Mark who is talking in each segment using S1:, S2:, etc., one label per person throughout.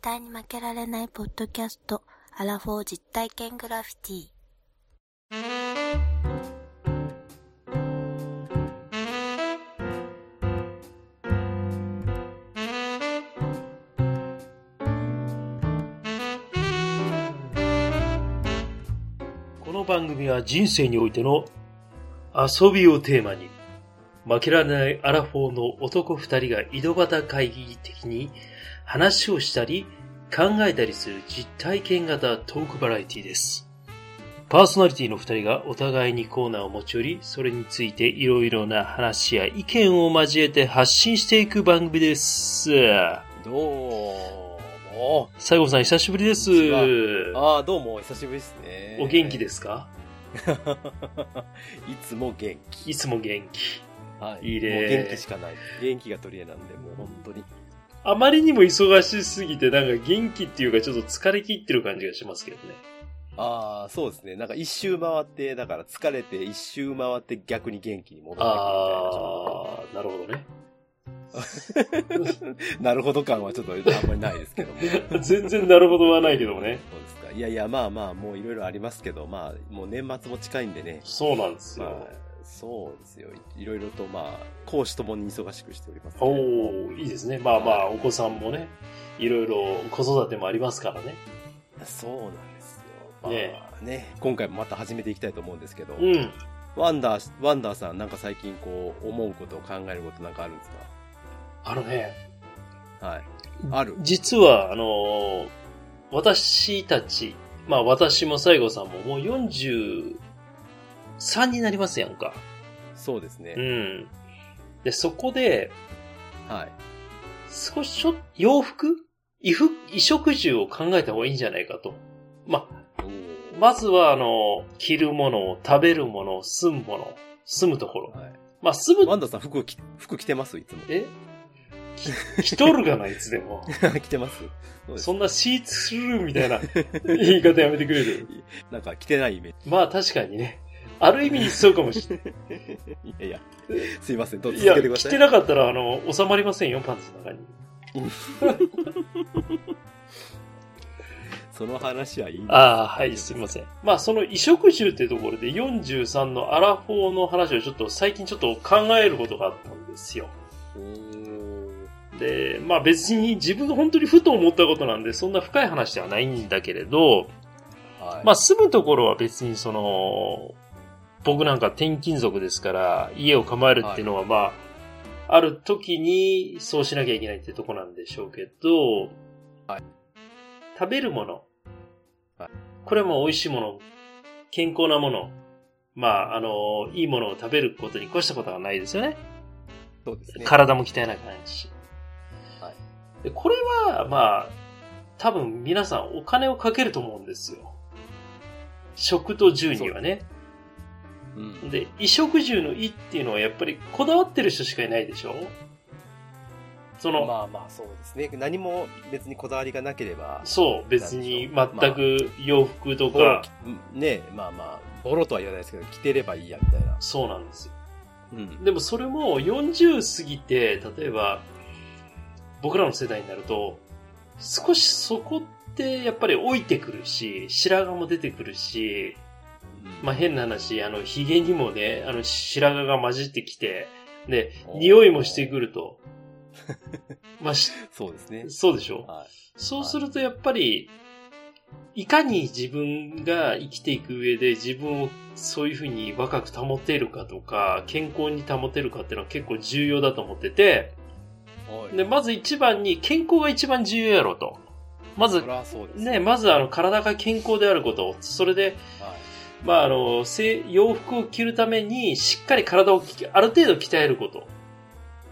S1: 対に負けられないポッドキャスト、アラフォー実体験グラフィティ。
S2: この番組は人生においての遊びをテーマに、負けられないアラフォーの男二人が井戸端会議的に話をしたり考えたりする実体験型トークバラエティです。パーソナリティの二人がお互いにコーナーを持ち寄り、それについていろいろな話や意見を交えて発信していく番組です。
S3: どうも。
S2: 西郷さん久しぶりです
S3: こん。にああ、どうも、久しぶりですね。。
S2: お元気です すか
S3: いつも元
S2: いつも元気。
S3: 気。はい
S2: いいね
S3: もう元気しかない。元気が取り柄なんで、もう本当に。
S2: あまりにも忙しすぎて、なんか元気っていうかちょっと疲れ切ってる感じがしますけどね。
S3: ああ、そうですね。なんか一周回って、だから疲れて一周回って逆に元気に戻ってくるみ
S2: あー、なるほどね。
S3: たいな。なるほど感はちょっとあんまりないですけども。
S2: 全然なるほどはないけどもね。
S3: そうですか。いやいや、まあまあ、もういろいろありますけど、まあ、もう年末も近いんでね。
S2: そうなんです
S3: まあ
S2: よ。、
S3: そうですよ。いろいろと、まあ、講師ともに忙しくしております、ね。
S2: おおいいですね。まあまあ、お子さんもね、いろいろ子育てもありますからね。
S3: そうなんですよ。まあ
S2: ね
S3: ね今回もまた始めていきたいと思うんですけど、
S2: うん。
S3: ワンダー、ワンダーさん、なんか最近こう、思うこと、考えることなんかあるんです
S2: あのね、
S3: かはい。ある。
S2: 実は、あのー私たち、まあ私も西郷さんももう43になりますやんか。
S3: そうですね
S2: う。ん。で、そこで、
S3: はい。
S2: 少しちょ、洋服衣服、衣食住を考えた方がいいんじゃないかと。まあ、
S3: おー
S2: まずは、あの、着るもの、食べるもの、住むもの、住むところ。
S3: はい、
S2: まあ、住
S3: ワ
S2: む、
S3: ンダーさん、服着、服着てますいつも。
S2: えき着とるがな、いつでも。
S3: 着てますそうです
S2: そんなシーツルーみたいな 言い方やめてくれる。
S3: なんか着てないイメー
S2: まあ、確かにね。ある意味そうかもしれな
S3: ジ。いやいや、すいません。どう
S2: い。
S3: ぞ
S2: い
S3: 続
S2: や
S3: けて、くだ
S2: 着
S3: さ
S2: て
S3: い。
S2: なかったら、あの、収まりませんよ、パンツの中に。
S3: その話はいいんです
S2: ああ、はい、すみません。まあ、その衣食住っていうところで43のアラフォーの話をちょっと最近ちょっと考えることがあったんですよ。
S3: おー
S2: で、まあ別に自分が本当にふと思ったことなんで、そんな深い話ではないんだけれど、
S3: はい。
S2: まあ住むところは別にその、僕なんか転勤族ですから、家を構えるっていうのはまあ、ある時にそうしなきゃいけないってとこなんでしょうけど、
S3: はい
S2: 食べるもの、
S3: はい
S2: これも美味しいもの、健康なもの、まあ、あの、いいものを食べることに越したことはないですよね。
S3: そうですね。
S2: 体も鍛えなくなるし。
S3: はい
S2: でこれは、まあ、多分皆さんお金をかけると思うんですよ。食と住にはね。
S3: うん。
S2: で、衣食住の衣っていうのはやっぱりこだわってる人しかいないでしょその、
S3: まあまあ、そうですね。何も別にこだわりがなければ、
S2: そう、別に全く洋服とか、
S3: ボロねまあまあ、ボロとは言わないですけど、着てればいいや、みたいな。
S2: そうなんですよ。
S3: うん。
S2: でもそれも40過ぎて、例えば、僕らの世代になると、少しそこってやっぱり老いてくるし、白髪も出てくるし、まあ、変な話、あの、髭にもね、あの、白髪が混じってきて、で、
S3: おー
S2: 匂いもしてくると。まあ、し
S3: そうですね。
S2: そうでしょ
S3: はい。
S2: そうするとやっぱり、いかに自分が生きていく上で自分をそういうふうに若く保てるかとか、健康に保てるかっていうのは結構重要だと思ってて、
S3: はい。
S2: で、まず一番に健康が一番重要やろと。まず
S3: そ、らそうです
S2: ね、まずあの体が健康であること、それで、
S3: はい。
S2: まああの、せ洋服を着るためにしっかり体をきある程度鍛えること。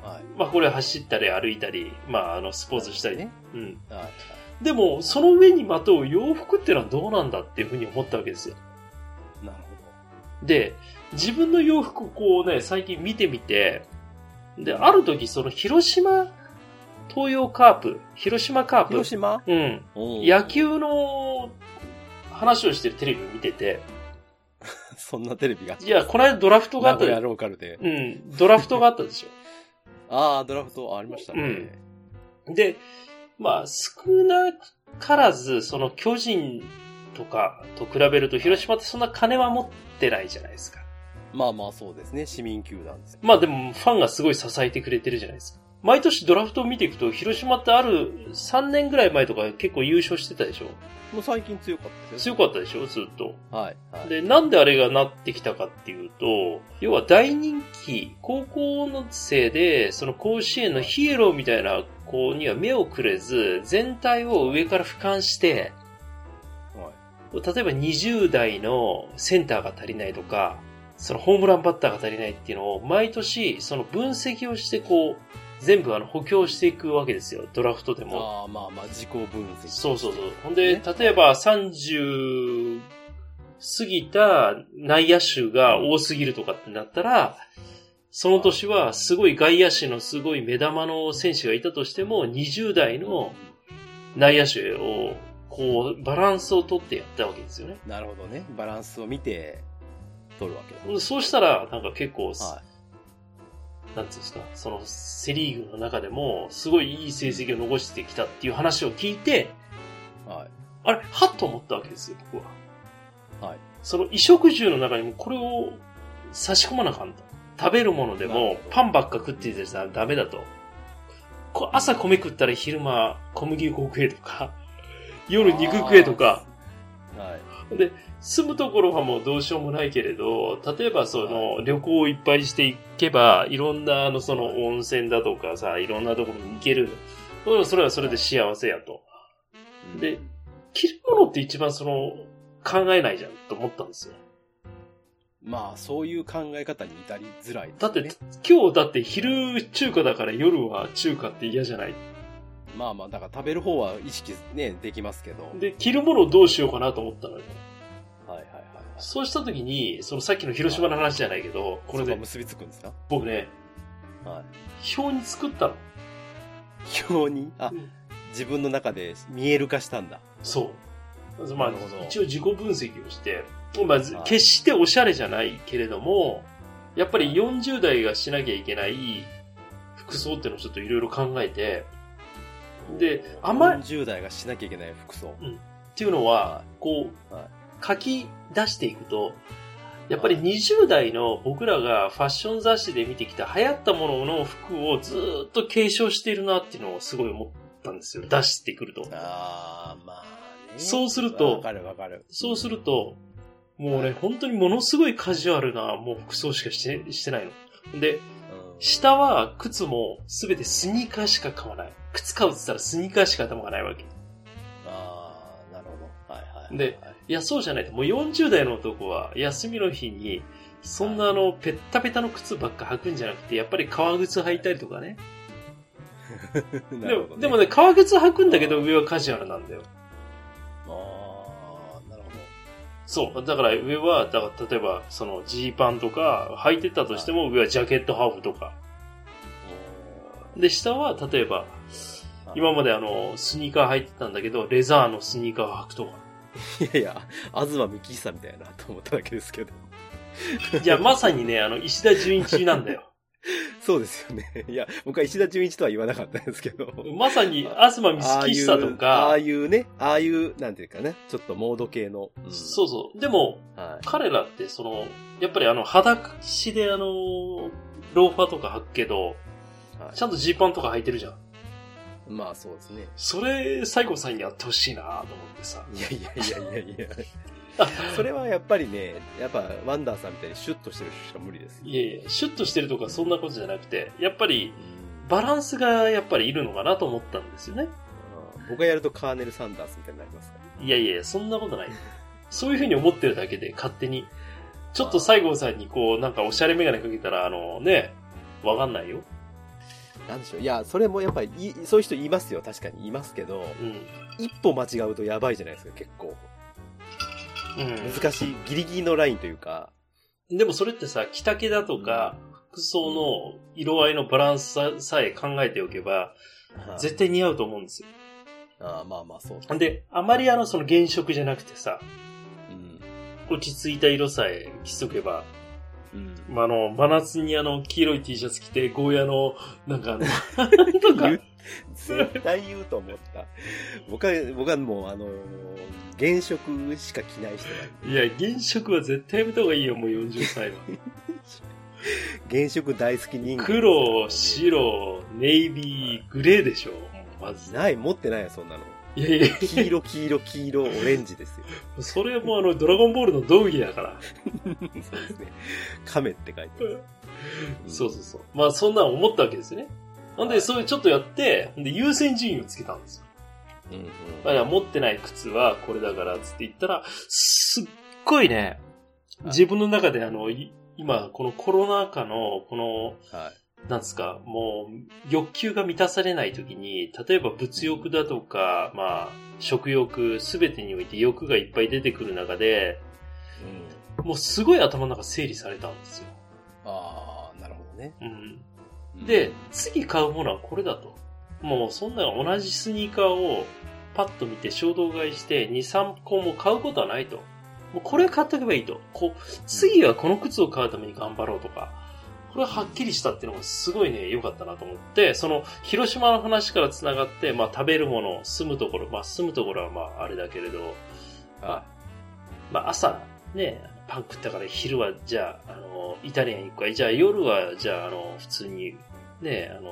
S3: はい。
S2: まあこれは走ったり歩いたり、まああのスポーツしたり。
S3: ね。
S2: うん。
S3: はい。
S2: でも、その上にまとう洋服ってのはどうなんだっていうふうに思ったわけですよ。
S3: なる
S2: で、自分の洋服をこうね、最近見てみて、で、ある時その広島東洋カープ、広島カー
S3: ほど。
S2: プ
S3: 広、島
S2: うん、野。球の話をしてるテレビを見てて、
S3: そんなテレビが。
S2: いや、この間ドラフトがあっ
S3: 名
S2: た
S3: 古
S2: で
S3: 屋ローカルで。
S2: うん、ドラフトがあったでしょ。
S3: ああ、ドラフトありましたね。
S2: で、まあ、少なからず、その巨人とかと比べると、広島ってそんな金は持ってないじゃないですか。
S3: まあまあそうですね。市民球団です。
S2: まあでも、ファンがすごい支えてくれてるじゃないですか。毎年ドラフトを見ていくと、広島ってある3年ぐらい前とか結構優勝してたでしょ
S3: もう最近強かったですよ。
S2: 強かったでしょずっと。
S3: はい。はい、
S2: で、なんであれがなってきたかっていうと、要は大人気、高校の生で、その甲子園のヒエローみたいな子には目をくれず、全体を上から俯瞰して、
S3: はい
S2: 例えば20代のセンターが足りないとか、そのホームランバッターが足りないっていうのを、毎年、その分析をして、こう、全部あの補強していくわけですよ。ドラフトでも。
S3: ああ、まあまあ、自己分析。
S2: そうそうそう。ほんで、
S3: ね
S2: 例えば30過ぎた内野手が多すぎるとかってなったら、その年はすごい外野手のすごい目玉の選手がいたとしても、20代の内野手を、こう、バランスをとってやったわけですよね。
S3: なるほどね。バランスを見て、取るわけだ。
S2: そうしたら、なんか結構、
S3: は
S2: なんていうんですか、そのセリーグの中でも、すごいいい成績を残してきたっていう話を聞いて、
S3: い。はい。
S2: あれ、はっと思ったわけですよ、僕は。
S3: はい。
S2: その衣食住の中にもこれを差し込まなあかんと。食べるもので
S3: なる
S2: も
S3: ほど
S2: パンばっか食っててさ、ダメだと。こう朝米食ったら昼間小麦粉食えと か、夜肉食えとか、
S3: はい。
S2: 住むところはもうどうしようもないけれど、例えばその旅行をいっぱいしていけば、いろんなあのその温泉だとかさ、いろんなところに行ける。それはそれで幸せやと。
S3: うん
S2: で、着るものって一番その考えないじゃんと思ったんですよ。
S3: まあ、そういう考え方に至りづらいですね。
S2: だって、今日だって昼中華だから夜は中華って嫌じゃない。
S3: まあまあ、だから食べる方は意識ね、できますけど。はい
S2: で、着るものをどうしようかなと思ったのよ。
S3: はいはい。
S2: そうした時に、そのさっきの広島の話じゃないけど、これ
S3: そ
S2: で
S3: 結びつくんですか
S2: 僕ね、
S3: は
S2: 表に作ったの。
S3: い。表に、あ
S2: うん、
S3: 自分の中で見える化したんだ。
S2: そう。まあ
S3: なるほど、
S2: 一応自己分析をして、まあず
S3: はい、
S2: 決しておしゃれじゃないけれども、やっぱり40代がしなきゃいけない服装っていうのをちょっといろいろ考えて、で、あまり、
S3: 40代がしなきゃいけない服装。
S2: っていうのは、こう
S3: はい、
S2: 書き出していくと、やっぱり20代の僕らがファッション雑誌で見てきた流行ったものの服をずーっと継承しているなっていうのをすごい思ったんですよ。出してくると。
S3: ああ、まあね。
S2: そうすると
S3: わかるわかる。
S2: そうすると、もうね、本当にものすごいカジュアルなもう服装しかしてしてないの。で、
S3: うん
S2: 下は靴もすべてスニーカーしか買わない。靴買うって言ったらスニーカーしか頭がないわけ。
S3: ああ、なるほど。はいはいはい。
S2: で
S3: はい、
S2: いや、そうじゃないと。もう40代の男は、休みの日に、そんなあの、ペッタペタの靴ばっか履くんじゃなくて、やっぱり革靴履いたりとかね。
S3: な
S2: で
S3: るほ
S2: も、
S3: ど
S2: でもね、、革靴履くんだけど上はカジュアルなんだよ。
S3: ああ、なるほ
S2: そう。だから上は、だから例えば、その、ジーパンとか、履いてたとしても上はジャケットハーフとか。で、下は、例えば、
S3: ど。
S2: 今まであの、スニーカー履いてたんだけど、レザーのスニーカーを履くとか。
S3: いやいや、東幹久みたいなと思っただけですけど。
S2: いや、まさにね、あの、石田純一なんだよ。
S3: そうですよね。いや、僕は石田純一とは言わなかったですけど。
S2: まさに、東美
S3: ああ
S2: 月
S3: いう、
S2: 久と
S3: ああ
S2: か、
S3: いうね、ああいう、なんていうかね、ちょっとモード系の。うん
S2: そうそう。でも、
S3: はい。
S2: 彼らって、その、やっぱりあの、裸足であの、ローファーとか履くけど、
S3: はい
S2: ちゃんとジーパンとか履いてるじゃん。
S3: まあそうですね。
S2: それ、西郷さんにやってほしいなと思ってさ。
S3: いやいやいやいやい や。それはやっぱりね、やっぱワンダーさんみたいにシュッとしてる人しか無理ですよ。
S2: いやいや、シュッとしてるとかそんなことじゃなくて、やっぱり
S3: う、ん
S2: バランスがやっぱりいるのかなと思ったんですよね。
S3: 僕がやるとカーネル・サンダースみたいになりますから
S2: いやいや、そんなことない。そういうふうに思ってるだけで、勝手に。ちょっと西郷さんにこう、なんかおしゃれメガネかけたら、あのね、わかんないよ。
S3: なんでしょう。いや、それもやっぱりい、そういう人いますよ。確かにいますけど、
S2: うん。
S3: 一歩間違うとやばいじゃないですか、結構。
S2: うん。
S3: 難しい、ギリギリのラインというか。
S2: でもそれってさ、着丈だとか、服装の色合いのバランスささえ考えておけば、
S3: はい
S2: 絶対似合うと思うんですよ。
S3: あーまあまあ、そう。
S2: で、あまりあの、その原色じゃなくてさ、
S3: うん。
S2: 落ち着いた色さえ着とけば、
S3: うん。
S2: まあ、あの、真夏にあの、黄色い T シャツ着て、ゴーヤの、なんかあの、とか
S3: 言、絶対言うと思った。僕は、僕はもう、あのー現職しか着ない人なんで
S2: いや、現職は絶対やめた方がいいよ、もう40歳は。
S3: 現職大好き人間。
S2: 黒、。白、ネイビー、グレーでしょ、まず。
S3: ない、持ってないよ、そんなの。
S2: いやいや、
S3: 黄 色、黄色、黄色、オレンジですよ。
S2: それはもうあの、ドラゴンボールの道義だから。
S3: そうですね。亀って書いてます。
S2: そうそうそう。まあ、そんなん思ったわけですよね。ほんで、それちょっとやって、ほんで、優先順位をつけたんですよ。
S3: うん。うんうん。
S2: だから、持ってない靴はこれだから、つって言ったら、すっごいね、自分の中であの、い今、このコロナ禍の、この、
S3: はい。
S2: なんですか、もう、欲求が満たされないときに、例えば物欲だとか、まあ、食欲、すべてにおいて欲がいっぱい出てくる中で、
S3: うん。
S2: もうすごい頭の中整理されたんですよ。
S3: ああ、なるほどね。
S2: うん。
S3: うん
S2: で、、次買うものはこれだと。もう、そんな同じスニーカーを、パッと見て衝動買いして、2、3個も買うことはないと。もうこれ買っとけばいいと。こう、次はこの靴を買うために頑張ろうとか。これははっきりしたっていうのがすごいね、良かったなと思って、その、広島の話から繋がって、まあ食べるもの、住むところ、まあ住むところはまああれだけれど、
S3: は
S2: まあ朝、ね、パン食ったから昼はじゃあ、あの、イタリアン行くか、じゃあ夜はじゃあ、あの、普通に、ね、あの、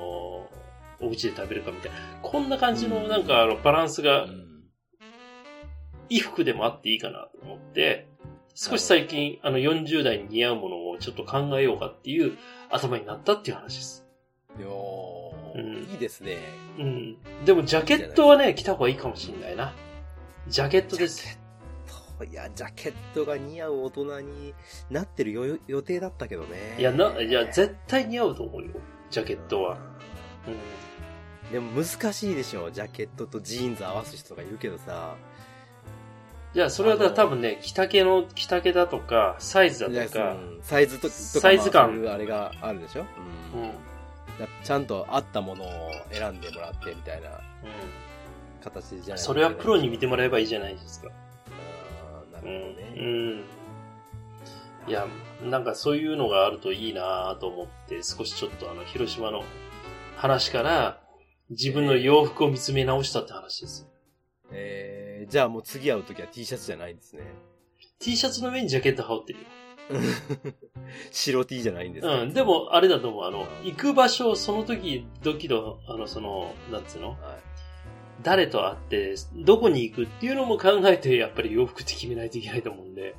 S2: お家で食べるかみたいな。こんな感じの、なんか、あの、バランス
S3: い。
S2: が
S3: うん
S2: 衣服でもあっていいかなと思って、少し最近、あの、40代に似合うものをちょっと考えようかっていう頭になったっていう話です。
S3: いや
S2: うん
S3: ーいいですね。
S2: うん。でも、ジャケットはね、着た方がいいかもしんないな。ジャケットです。
S3: ト。いや、ジャケットが似合う大人になってるよ予定だったけどね。
S2: いや、な、いや、絶対似合うと思うよ。ジャケットは。うん。
S3: うん。でも難しいでしょ。ジャケットとジーンズ合わす人がいるけどさ。
S2: じゃあ、それはだ多分ね、着丈の、着丈だとか、サイズだと
S3: いや
S2: か
S3: う、んサイズととか、
S2: サイズ感
S3: まあそういうあれがあるでしょ。
S2: う。
S3: うんん
S2: うん。
S3: だちゃんと合ったものを選んでもらってみたいな形じゃない
S2: それはプロに見てもらえばいいじ
S3: ゃん。
S2: ゃないですか。
S3: あーな
S2: う
S3: る
S2: ん
S3: ほど。
S2: う
S3: ね。
S2: ん。いや、なんかそういうのがあるといいなと思って、少しちょっとあの、広島の話から、自分の洋服を見つめ直したって話です。
S3: えー、じゃあもう次会うときは T シャツじゃないんですね。
S2: T シャツの上にジャケット羽織ってるよ。
S3: 白 T じゃないんですね
S2: うん、で、もあれだと思う。あの、
S3: うん
S2: 行く場所、その時、ドキド、あの、その、なんつうの
S3: はい
S2: 誰と会って、どこに行くっていうのも考えて、やっぱり洋服って決めないといけないと思うんで、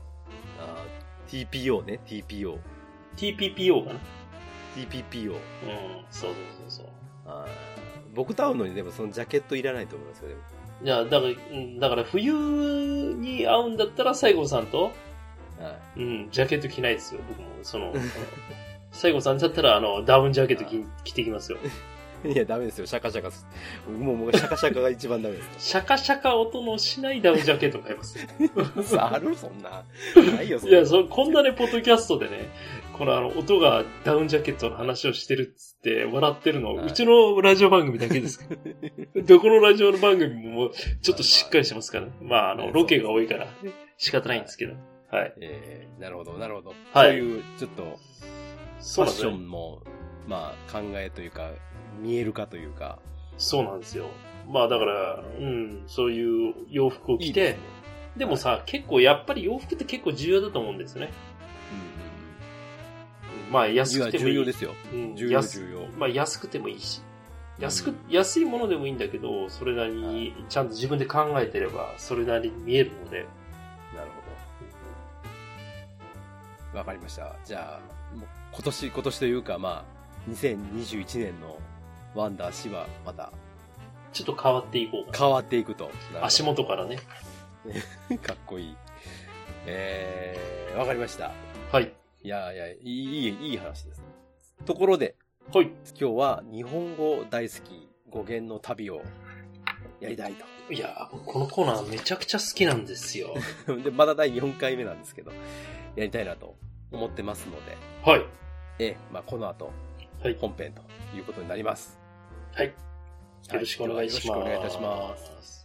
S3: あー TPO ね、TPO。
S2: TPPO かな
S3: TPPO。
S2: うん、そうそうそうそう。
S3: あー僕と会うのにでもそのジャケットいらないと思いますよ、でも。
S2: いや、だから、うんだから冬に会うんだったら、西郷さんと、
S3: はい、
S2: うん、ジャケット着ないですよ、僕も。その、西郷さんだったら、あの、ダウンジャケット着着てきますよ。
S3: いや、ダメですよ、シャカシャカす。僕もう、もうシャカシャカが一番ダメです。
S2: シャカシャカ音のしないダウンジャケット買います。
S3: あるそんな。ないよ、そん
S2: い
S3: な。
S2: や、そこんなね、ポッドキャストでね、このあの、音がダウンジャケットの話をしてるっつって笑ってるの、
S3: はいう
S2: ちのラジオ番組だけですから どこのラジオの番組ももうちょっとしっかりしてますから、ね、まあ、あの、ロケが多いから、仕方ないんですけど。はい。
S3: えーなるほど、なるほど。
S2: はい
S3: そういう、ちょっと、フ
S2: そ
S3: ァ
S2: う
S3: ッ
S2: なんです
S3: ショ
S2: よ。
S3: ンも、まあ、考えというか、見えるかというか。
S2: そうなんですよ。まあ、だから、うん、そういう洋服を着て、
S3: で
S2: です
S3: ね
S2: もさ、結構やっぱり洋服って結構重要だと思うんですよね。
S3: うん
S2: まあ、
S3: うん。い
S2: 安
S3: や
S2: くてもいい。
S3: 重要ですよ。
S2: うん
S3: 重要、
S2: 安
S3: 重要。
S2: まあ、安くてもいいし。安く
S3: うん、
S2: 安いものでもいいんだけど、それなりに、ちゃんと自分で考えてれば、それなりに見えるので。
S3: なるほど。わかりました。じゃあ、もう今年、今年というか、まあ、2021年のワンダー氏はまた
S2: ちょっと変わっていこうか
S3: 変わっていくと。
S2: な。足元からね。
S3: かっこいい。えー、わかりました。
S2: はい。
S3: いやいや、いい、いいいい話です。ところで、
S2: はい。
S3: 今日は日本語大好き語源の旅をやりたい
S2: いやー、このコーナーめちゃくちゃ好きなんです よ。
S3: と。 で、まだ第4回目なんですけど、やりたいなと思ってますので、
S2: はい。
S3: ええ、まあ、この後、
S2: はい。
S3: 本編ということになります。
S2: はい。よろしくお願いします。
S3: はいよろしくお願いいたします。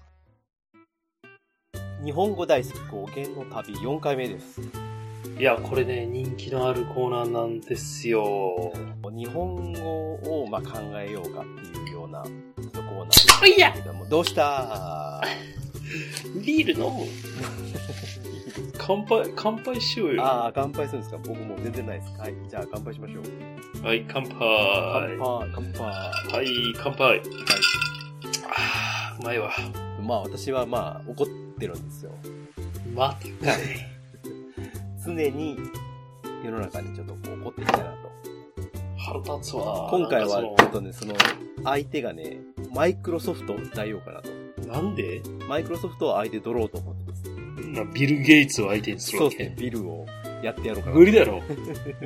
S3: 日本語大好き語源の旅4回目です。
S2: いや、これね、人気のあるコーナーなんですよ。
S3: 日本語をまあ考えようかっていうようなちょっとコーナ
S2: お
S3: ー
S2: いや
S3: けども、ど うした
S2: ビール飲む乾杯、乾杯しようよ。
S3: ああ、乾杯するんですか僕もう全然ないです。はい、じゃあ乾杯しましょう。
S2: はい、乾杯。
S3: 乾
S2: は、
S3: 杯、乾杯。はい
S2: 乾杯。あーうまいわ。
S3: いまあ私はまあ怒ってるんですよ。
S2: またかい。
S3: 常に世の中にちょっとこう怒っていきたいなと。
S2: 腹立つわ。
S3: 今回は
S2: なん
S3: ちょ
S2: か
S3: っとね、その相手がね、マイクロソフトを代用かなと。
S2: そのなんで
S3: マイクロソフトを相手取ろうと思ってます。
S2: なビル・ゲイツを相手にする
S3: そう
S2: わ
S3: ですね
S2: け。、
S3: ビルをやってやろうかな
S2: 無理だ ろ。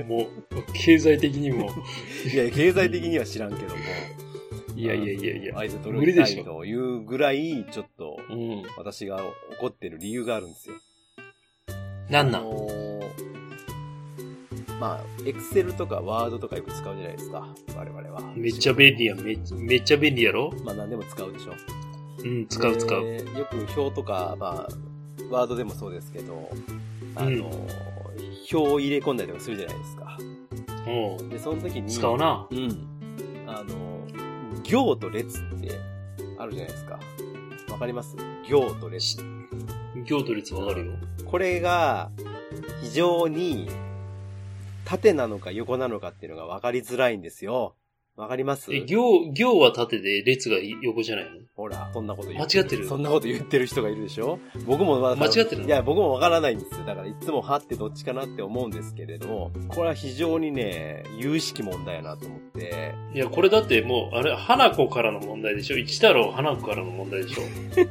S2: もう、経済的にも。
S3: いや、経済的には知らんけども。
S2: いやいやいやいや。
S3: 相手取
S2: 無理
S3: りた
S2: でし
S3: い
S2: ょ
S3: というぐらい、ちょっと
S2: うん。
S3: 私が怒ってる理由があるんですよ。
S2: なん
S3: あ
S2: なん
S3: のーまあ、エクセルとかワードとかよく使うじゃないですか。我々は。
S2: めっちゃ便利やん。めっちゃめっちゃ便利やろ
S3: まあ何でも使うでしょ。
S2: うん、使う使う。
S3: でよく表とか、まあ、ワードでもそうですけど、あの、
S2: うん
S3: 表を入れ込んだりとかするじゃないですか。
S2: うん。
S3: で、その時に、
S2: 使うな。
S3: うん。あの、行と列ってあるじゃないですか。わかります行と列。
S2: 行と率わかるよ。
S3: これが、非常に、縦なのか横なのかっていうのが分かりづらいんですよ。わかります
S2: え、行、行は縦で列が横じゃないの
S3: ほら、そんなこと言う。
S2: 間違ってる
S3: そんなこと言ってる人がいるでしょ僕もまだ
S2: 間違ってるの
S3: いや、僕もわからないんですよ。だからいつもはってどっちかなって思うんですけれども、これは非常にね、有識問題やなと思って、
S2: いや、これだってもう、あれ、花子からの問題でしょ一太郎花子からの問題でしょ
S3: 知っ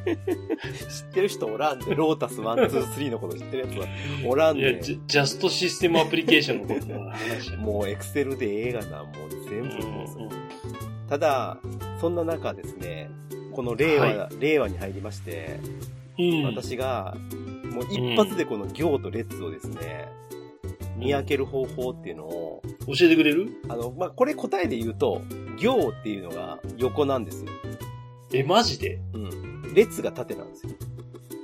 S3: てる人おらんで、ロータス1、2、3のこと知ってるやつはおらん
S2: いや
S3: で、
S2: ジャ、ジャストシステムアプリケーションのことの話。
S3: もうエクセルでええがな、もう
S2: う
S3: 全部
S2: んうん
S3: ただ、そんな中ですね、この令和、
S2: は
S3: 令和に入りまして、
S2: うん。うん。
S3: 私が、もう一発でこの行と列をですね、見分ける方法っていうのを、
S2: 教えてくれる
S3: あの、まあ、これ答えで言うと、行っていうのが横なんですよ。
S2: え、マジで
S3: うん。列が縦なんですよ。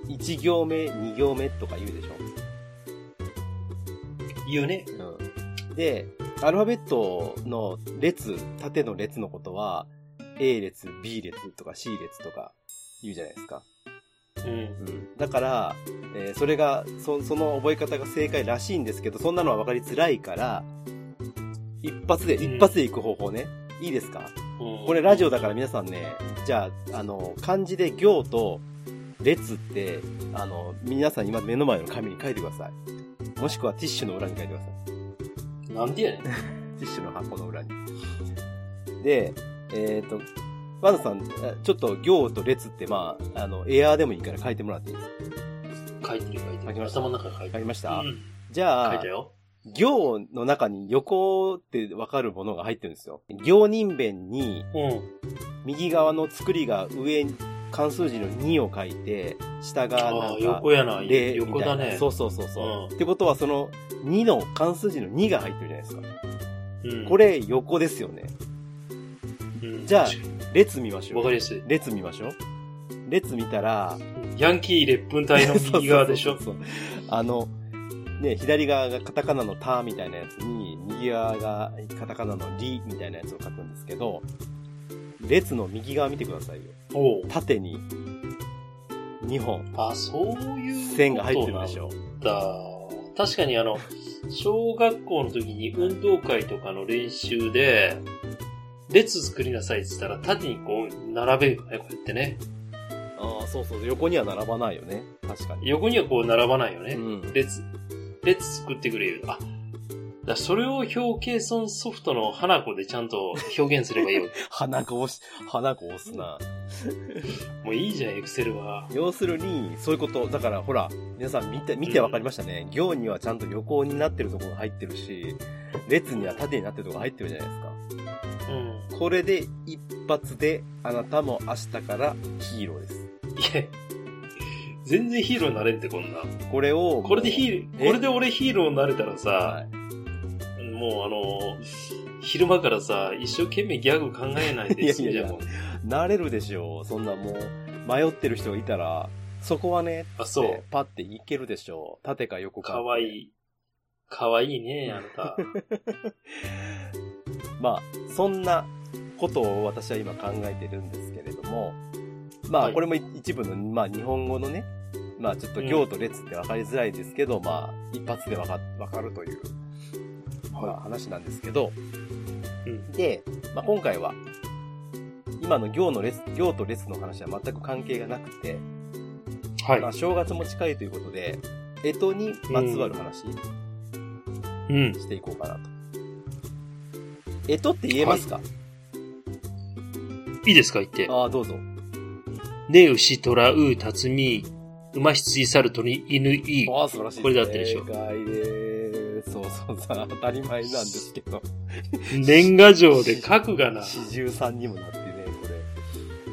S3: 1行目、2行目とか言うでし
S2: 言うね。
S3: ょ。うん。で、アルファベットの列、縦の列のことは、A 列、B 列とか C 列とか言うじゃないですか。
S2: うん。
S3: だから、えーそれがそ、その覚え方が正解らしいんですけど、そんなのは分かりづらいから、一発で、
S2: うん
S3: 一発で行く方法ね。いいですかこれラジオだから皆さんね、じゃあ、あの、漢字で行と列って、あの、皆さん今目の前の紙に書いてください。もしくはティッシュの裏に書いてください。
S2: ら。なんでやねん。
S3: ティッシュの箱の裏に。で、えっ、と、ワンダさん、あちょっと行と列って、まあ、あの、エアーでもいいから書いてもらっていいですか
S2: 書いてる書いて
S3: 書き
S2: る。
S3: ました
S2: 頭の中に書いて
S3: 書き
S2: る。
S3: ました、
S2: うん
S3: じゃあ、
S2: 書いたよ。
S3: 行の中に横ってわかるものが入ってるんですよ。行人弁に
S2: うん。
S3: 右側の作りが上に漢数字の2を書いて、下がな
S2: ああ、
S3: んか
S2: 横やな。
S3: 0み
S2: 横
S3: た
S2: だ
S3: いな。
S2: ね。
S3: そうそうそうそうう、
S2: ん
S3: ってことはその2の漢数字の2が入ってるじゃないですか。
S2: うん
S3: こ、れ横ですよね。
S2: うん
S3: じゃあ
S2: 確か
S3: 列見まし
S2: に
S3: ょ
S2: わか
S3: う。
S2: りやすい。
S3: 列見ましょう。列見たら、
S2: ヤンキー列分隊の右側でしょ
S3: そうそうそうそうあの、ね、左側がカタカナのタみたいなやつに、右側がカタカナのリみたいなやつを書くんですけど、列の右側見てくださいよ。
S2: おう
S3: 縦に2本
S2: あ、そういう。
S3: 線が入ってるでし
S2: ょ。
S3: ょ。
S2: った確かにあの、小学校の時に運動会とかの練習で、列作りなさいって言ったら縦にこう並べるよね、こうやってね。
S3: ああ、そうそう。横には並ばないよね。確かに。
S2: 横にはこう並ばないよね。
S3: うん
S2: 列、列作ってくれる。あ、だからそれを表計算ソフトの花子でちゃんと表現すればいい よ。
S3: 鼻子押し、鼻子押すな。
S2: もういいじゃん、エクセルは。
S3: 要するに、そういうこと。だから、ほら、皆さん見て、見てわかりましたね。行にはちゃんと横になってるところが入ってるし、列には縦になってるところが入ってるじゃないですか。
S2: うん。
S3: これで一発で、あなたも明日からヒーローです。
S2: いや、全然ヒーローになれんってこんな。
S3: これを、
S2: これでヒーロー、
S3: え
S2: これで俺ヒーローになれたらさ、
S3: はい
S2: もうあの、昼間からさ、一生懸命ギャグ考えないで済んじゃうもん。
S3: なれるでしょう。そんなもう、迷ってる人がいたら、そこはね、
S2: あ、そう
S3: で。パッていけるでしょう。縦か横か。
S2: かわいい。かわいいね、あ なた。
S3: まあ、そんなことを私は今考えてるんですけれども、ま
S2: は
S3: あ、
S2: い
S3: これも一部の、まあ、日本語のね、まあ、ちょっと行と列って分かりづらいですけど、まあ、一発で分か分かるという、まあ、話なんですけど、
S2: うん
S3: で、まあ、今回は、今の行の列、行と列の話は全く関係がなくて、
S2: はい
S3: まあ、。正月も近いということで、干支にまつわる話
S2: うん。
S3: していこうかなと。干支って言えますか、
S2: いいですか、言って。
S3: ああ、どうぞ。
S2: ねうし、とらう、たつみ、馬羊猿鳥犬いい。
S3: ああ、素晴らしいすね。
S2: これで合ってるでしょ
S3: 正解です。そうそうそう、当たり前なんですけど。
S2: 年賀状で書くがな。
S3: 四十三にもなってね、こ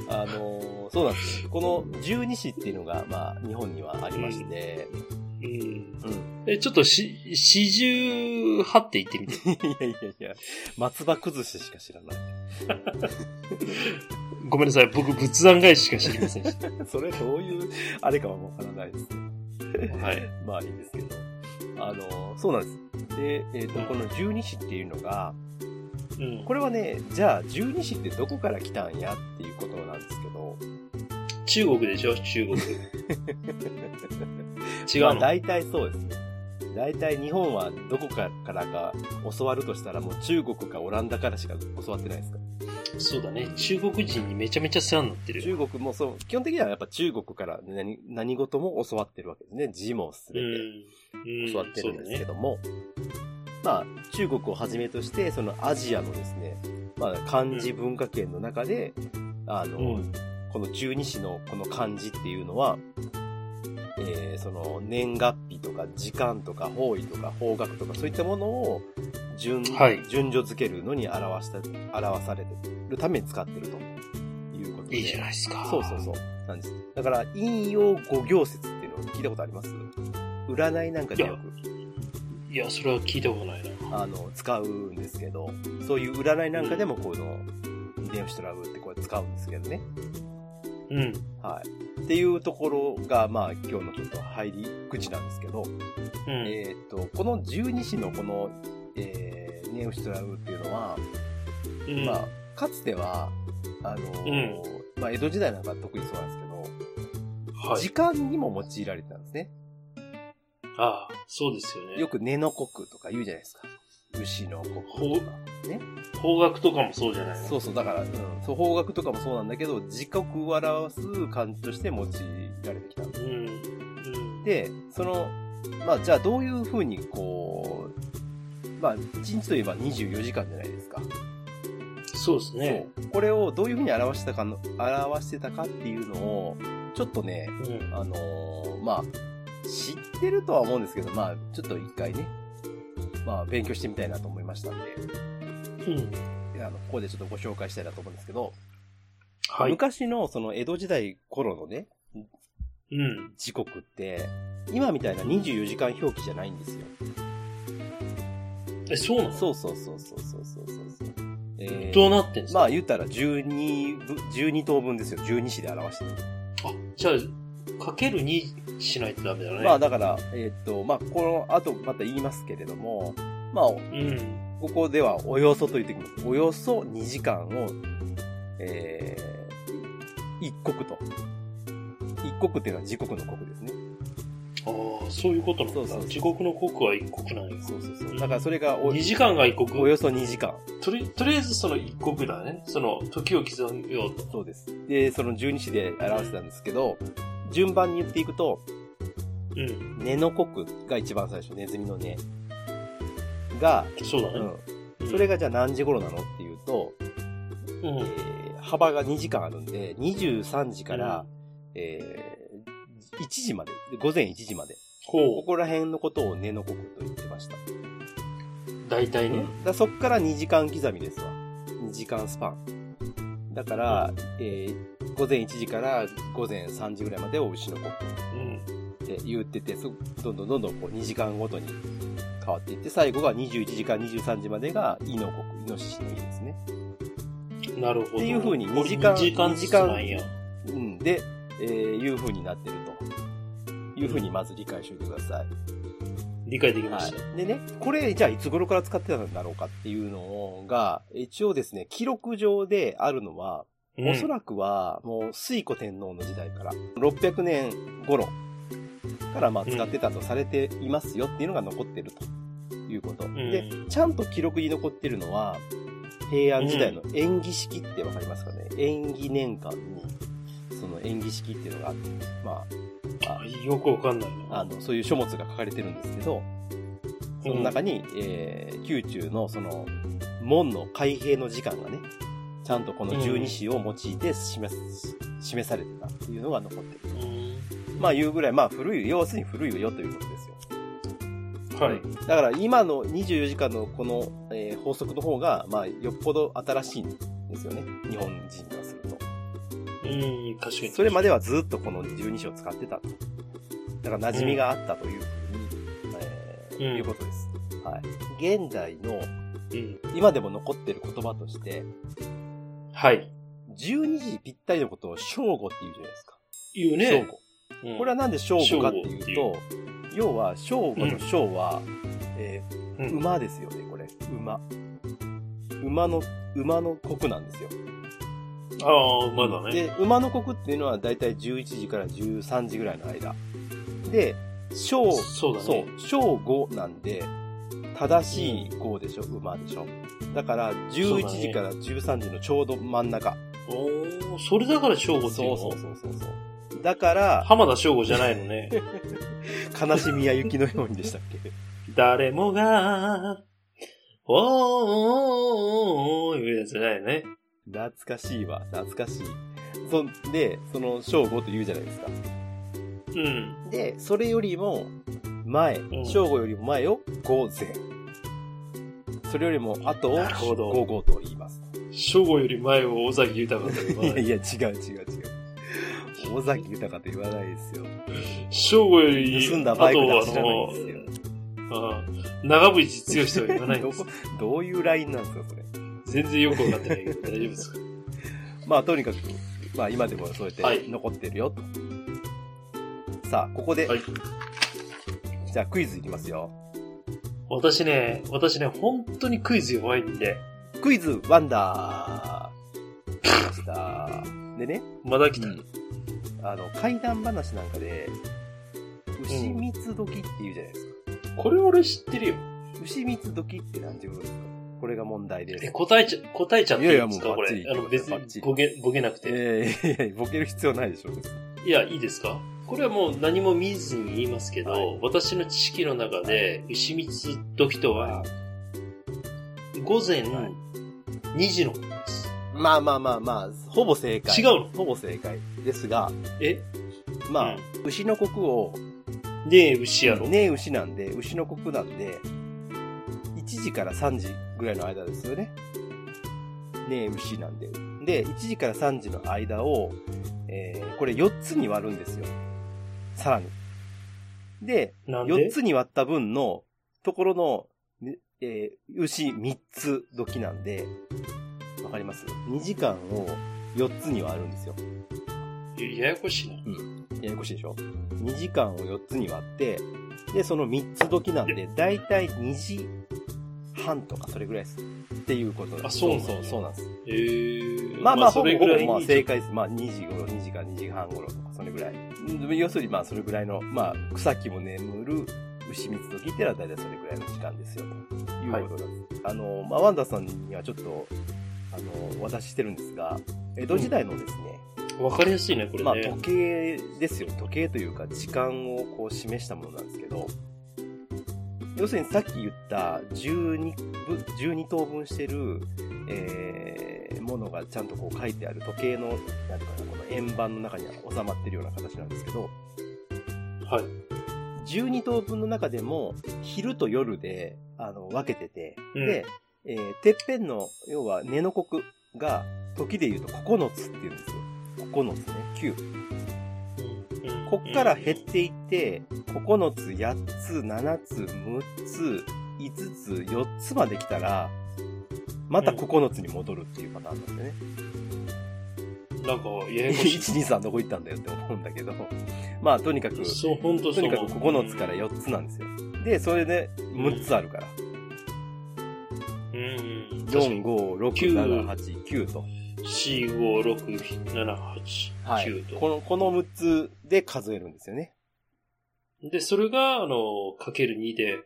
S3: れ。あのーそうなんですよ。この十二支っていうのが、まあ、日本にはありまして、
S2: うん。
S3: うん。
S2: え、ちょっとし、四十八って言ってみて。
S3: いやいやいや、松葉崩ししか知らない。
S2: ごめんなさい、僕仏壇返ししか知りません。は
S3: それどういう、あれかはわからないです。
S2: い。
S3: まあいいんですけど。あのーそうなんです。で、えっ、と、この十二支っていうのが、
S2: うん。
S3: これはね、じゃあ十二支ってどこから来たんやっていうことなんですけど、
S2: 中国でしょ中 国。違
S3: まあ
S2: うの。
S3: 大体そうですね。大体日本はどこかからか教わるとしたらもう中国かオランダからしか教わってないですか
S2: そうだね。中国人にめちゃめちゃ世話になってる。
S3: 中国もそう、基本的にはやっぱ中国から何何事も教わってるわけですね。字も
S2: う
S3: 全て
S2: ん。うん。
S3: 教わってるんですけ
S2: ど。
S3: ども。まあ中国をはじめとしてそのアジアのですね、まあ漢字文化圏の中で、あの、
S2: うん。
S3: この十二支のこの漢字っていうのは、えーその年月日とか時間とか方位とか方角とかそういったものを順,、
S2: はい
S3: 順序づけるのに表した表されてるために使ってるということで。
S2: いいじゃないですか。
S3: そうそうそう。なんです。だから、陰陽五行説っていうのを聞いたことあります占いなんかでよく
S2: う。いや、それは聞いたことないな。
S3: あの使うんですけど、そういう占いなんかでもこういうのを、電子トラブルってこれ使うんですけどね。
S2: うん。
S3: はい。っていうところが、まあ、今日のちょっと入り口なんですけど、
S2: うん。
S3: えーっと、この十二支のこの、えー、ネウシトラウっていうのは、
S2: うん
S3: まあ、かつては、あのーまあ、江戸時代なんか特にそうなんですけど、
S2: はい
S3: 時。間にも用いられてたんですね。
S2: ああ、そうですよね。
S3: よく根の刻とか言うじゃないですか。牛の刻とか。
S2: 方角とかもそうじゃないの
S3: そうそう、だから、うん、そう方角とかもそうなんだけど、時刻を表す漢字として用いられてきたんです
S2: うん。うん。
S3: で、その、まあ、じゃあどういうふうに、こう、まあ、1日といえば24時間じゃないですか。
S2: そうですね。
S3: そう。これをどういうふうに表してたかの、表してたかっていうのを、ちょっとね、
S2: うん。
S3: あのーまあ、知ってるとは思うんですけど、まあ、ちょっと一回ね、まあ、勉強してみたいなと思いましたんで、
S2: うん。
S3: あの、ここでちょっとご紹介したいなと思うんですけど、
S2: はい。
S3: 昔のその江戸時代頃のね、
S2: うん。
S3: 時刻って、今みたいな24時間表記じゃないんですよ。
S2: え、そうなの
S3: そうそうそうそうそうそうそうそう。えー
S2: どうなってんすか、
S3: まあ言ったら12分、12等分ですよ。12子で表してる。
S2: あ、じゃあ、かける2しないとダメだね。
S3: まあだから、えーっと、まあこの後また言いますけれども、まあ
S2: うん。
S3: ここではおよそと言ってきます。およそ2時間を、えー、一刻と。一刻っていうのは時刻の刻ですね。
S2: ああ、そういうことなんだ。
S3: そうそうそう
S2: 地獄の国は一国なんや。
S3: そうそうそう。だからそれがお
S2: 2時間が一
S3: お
S2: 国。
S3: よそ2時間。
S2: とり、とりあえずその一国だね。その、時を刻むようと。
S3: そうです。で、その12子で表してたんですけど、順番に言っていくと、
S2: うん。
S3: 根の刻が一番最初、ネズミの根。が、
S2: そうだ
S3: う
S2: ね。
S3: ん。
S2: うん
S3: それ、がじゃあ何時頃なのっていうと、
S2: う
S3: え
S2: ん。
S3: ー幅が2時間あるんで、23時から、えー1時まで、午前1時まで。こ
S2: こ
S3: こら辺のことを根の刻と言ってました。
S2: う、大体
S3: ね
S2: ね
S3: だ。からそっから2時間刻みですわ。2時間スパン。だから、えー午前1時から午前3時ぐらいまでを牛の刻
S2: うん。
S3: って言ってて、そどんどんどんどんこう2時間ごとに変わっていって、最後が21時から23時までが、イノコク、イノシシのイですね。
S2: なるほど。
S3: っていう風に
S2: これ
S3: 二時間
S2: 二時間ずつなんや。
S3: うん。で、えーいう風になってると。いう風にまず理解しておいてください。
S2: 理解できま
S3: は
S2: した。
S3: い。でね、これ、じゃあいつ頃から使ってたんだろうかっていうのが、一応ですね、記録上であるのは、
S2: うん
S3: おそらくは、もう、水古天皇の時代から、600年頃から、まあ、使ってたとされていますよっていうのが残ってるということ。で、ちゃんと記録に残ってるのは、平安時代の縁起式ってわかりますかね、縁起年間に、その縁起式っていうのがあって、まあ、あ
S2: よくわかんないな。
S3: あの、そういう書物が書かれてるんですけど、その中に、えー宮中のその、門の開閉の時間がね、ちゃんとこの十二支を用いて示す、示されてたっていうのが残ってる。まあ、いうぐらい、まあ、古い、要するに古いよということですよ。
S2: はい。
S3: だから、今の24時間のこの、えー法則の方が、まあ、よっぽど新しいんですよね。日本人からすると。
S2: うん、確かに。
S3: それまではずっとこの十二支を使ってたと。だから馴染みがあったというふうに、えー
S2: うん
S3: いうことです。はい。現代の
S2: うん。
S3: 今でも残ってる言葉として、
S2: はい。
S3: 12時ぴったりのことを正午って言うじゃないですか。
S2: 言う
S3: 正
S2: ね。
S3: 午。
S2: うん
S3: これはなんで正午かっていう
S2: 正午
S3: と、要は正午の正は、え
S2: う
S3: ー
S2: ん
S3: 馬ですよね、これ。馬。馬の、馬の国なんですよ。
S2: ああ、まだね。
S3: で、馬の国っていうのはだいたい11時から13時ぐらいの間。で、正、
S2: そうだね。
S3: そう、正午なんで、正しい午でしょ、馬でしょ。だから、11時から13時のちょうど真ん中。
S2: おーそれだから正午っていうの
S3: そうそうそうそう。だから、
S2: 浜田正吾じゃないの ね。
S3: 悲しみや雪のようにでしたっけ
S2: 誰もが、おーおーおーおーいうやつじゃないよね。
S3: 懐かしいわ、懐かしい。そんで、その正午と言うじゃないですか。
S2: うん。
S3: で、それよりも前
S2: ん、
S3: 正午よりも前を午前。それよりも後を
S2: なるほど
S3: 午後と言います。
S2: 正午より前を尾崎豊 だった
S3: いや
S2: ら
S3: いや、違う違う違う。尾崎豊と言わないですよ。
S2: 正午より、
S3: 盗んだ
S2: あとは
S3: バイクだ知らないん
S2: あ
S3: ですよ。
S2: のあー長渕剛とは言わないん
S3: ど
S2: です
S3: こ。どういうラインなんですか、それ。
S2: 全然よくわかってないけど、大丈夫ですか
S3: まあ、とにかく、まあ、今でもそうや
S2: は
S3: って
S2: い
S3: 残ってるよ、と。さあ、ここで、
S2: はい。
S3: じゃあクイズいきますよ。
S2: 私ね、私ね、本当にクイズ弱いんで。
S3: クイズワンダー来ました。でね、
S2: まだ来た。
S3: あの、怪談話なんかで、牛蜜時って言うじゃないですか。
S2: これ俺知ってるよ。
S3: 牛蜜時って何時頃ですかこれが問題です
S2: え、。答えちゃ、答えちゃっていいんですか
S3: いやいやもう
S2: こ
S3: バッチリ
S2: れ。あの、別
S3: バッチ
S2: に
S3: リ
S2: ボケ、ボケなくて。
S3: ええいやいやボケる必要ないでしょ。
S2: いや、いいですかこれはもう何も見ずに言いますけど、
S3: はい
S2: 私の知識の中で、牛蜜時とは、午前
S3: はい
S2: 2時のことです。
S3: まあまあまあまあ、ほぼ正解。
S2: 違うの
S3: ほぼ正解。ですが、
S2: え
S3: まあ、牛の国を、
S2: ねえ、牛やろ、
S3: ねえ牛なんで、牛の国なんで、1時から3時ぐらいの間ですよね。ねえ牛なんで。で、1時から3時の間を、えー、これ4つに割るんですよ。さらに。で、
S2: なんで
S3: 4つに割った分のところの、ねえー牛3つ時なんで、わかります ?2 時間を4つに割るんですよ。
S2: いやややこしいな。
S3: ややこしいでしょ ?2 時間を4つに割って、で、その3つ時なんで、だいたい2時半とかそれぐらいです。っていうことなんです。
S2: あそうなんだ
S3: そう、そうなんです。
S2: えー、
S3: まあまあ、ほ
S2: そ
S3: ぼ
S2: れ
S3: ほ
S2: ぐらい
S3: ぼ
S2: に
S3: まあ正解です。まあ2時頃、2時から2時半頃とか、それぐらい。うん要するにまあそれぐらいの、まあ草木も眠る牛蜜時ってのは大体それぐらいの時間ですよ、ということなんです。あの、まあワンダさんにはちょっと、あの、お渡ししてるんですが、江戸時代のですね、
S2: わかりやすいね、これね。
S3: まあ時計ですよ。時計というか時間をこう示したものなんですけど、要するにさっき言った12分、12等分してる、えー、ものがちゃんとこう書いてある時計の、なんていうかな、この円盤の中に収まってるような形なんですけど、
S2: はい。
S3: 12等分の中でも昼と夜で、あの、分けてて、
S2: うん
S3: で、えーてっぺんの、要は根の国が、時で言うと9つって言うんですよ。9つね、9。
S2: うん
S3: こっから減っ、ていって、9つ、8つ、7つ、6つ、5つ、4つまで来たら、また9つに戻るっていうパターンなんですよね。
S2: うんなんか、ややこ しい。
S3: 1 、2、3どこ行ったんだよって思うんだけど。 まあ、とにかく、と
S2: そう、ほんとそう。
S3: にかく9つから4つなんですよ。で、それで6つあるから。
S2: うん。うん。
S3: 4、5、6、
S2: 九
S3: 7、8、9と。
S2: 4、5、6、7、8、
S3: はい
S2: 9。と。
S3: この、この6つで数えるんですよね。
S2: で、それが、あの、かける2で、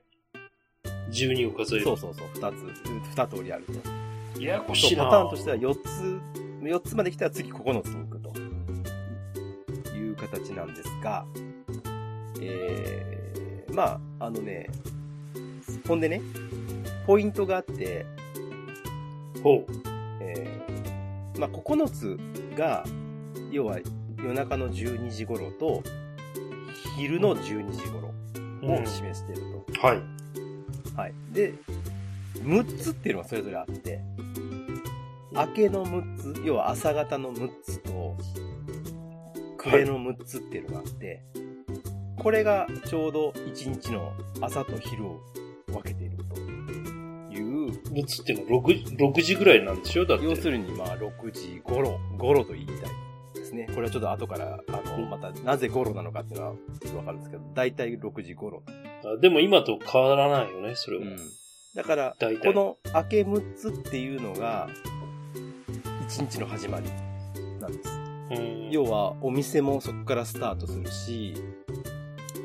S2: 12を数える。
S3: そうそうそう、2つ、2通りあると。
S2: ややこ
S3: そ
S2: しいうな
S3: パターンとしては4つ、4つまで来たら次9つに行くと。いう形なんですが、えー、まあ、あのね、ほんでね、ポイントがあって、
S2: ほう。
S3: えーまあ、9つが、要は夜中の12時頃と、昼の12時頃
S2: うん
S3: を示していると。
S2: はい。
S3: はい。で、6つっていうのがそれぞれあって、明けの6つ、要は朝方の6つと、暮れの6つっていうのがあって、これがちょうど1日の朝と昼を分けているという
S2: ぶつっても 6, 6時ぐらいなんでしょだって。
S3: 要するにまあ6時頃頃と言いたいですねこれはちょっと後からあのまたなぜ頃なのかっていうのは分かるんですけど大体6時頃、
S2: あでも今と変わらないよね、それは。
S3: だから
S2: 大
S3: こ
S2: 体。
S3: の明け6つっていうのが1日の始まりなんです
S2: うん
S3: 要はお店もそこからスタートするし、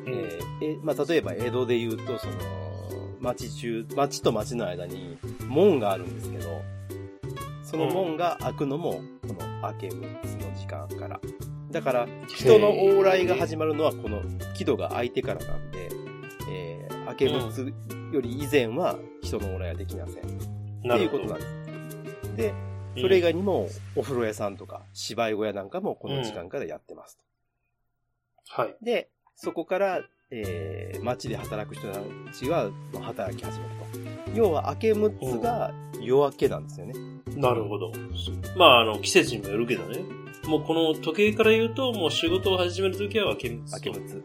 S2: うん
S3: えーえまあ、例えば江戸で言うとその町中町と町の間に門があるんですけどその門が開くのもこの明け6つの時間からだから人の往来が始まるのはこの木戸が開いてからなんで、えー明け6つより以前は人の往来はできませんって
S2: な
S3: いう
S2: るほ
S3: こ
S2: ど
S3: となんですでそれ以外にもお風呂屋さんとか芝居小屋なんかもこの時間からやってますと
S2: はい。
S3: で、そこから、えー、街で働く人たちはまあ働き始めると。要は、明け6つが夜明けなんですよね。
S2: なるほど。まあ、あの、季節にもよるけどね。もうこの時計から言うと、もう仕事を始めるときは明けみつ
S3: 明
S2: と
S3: け6つ。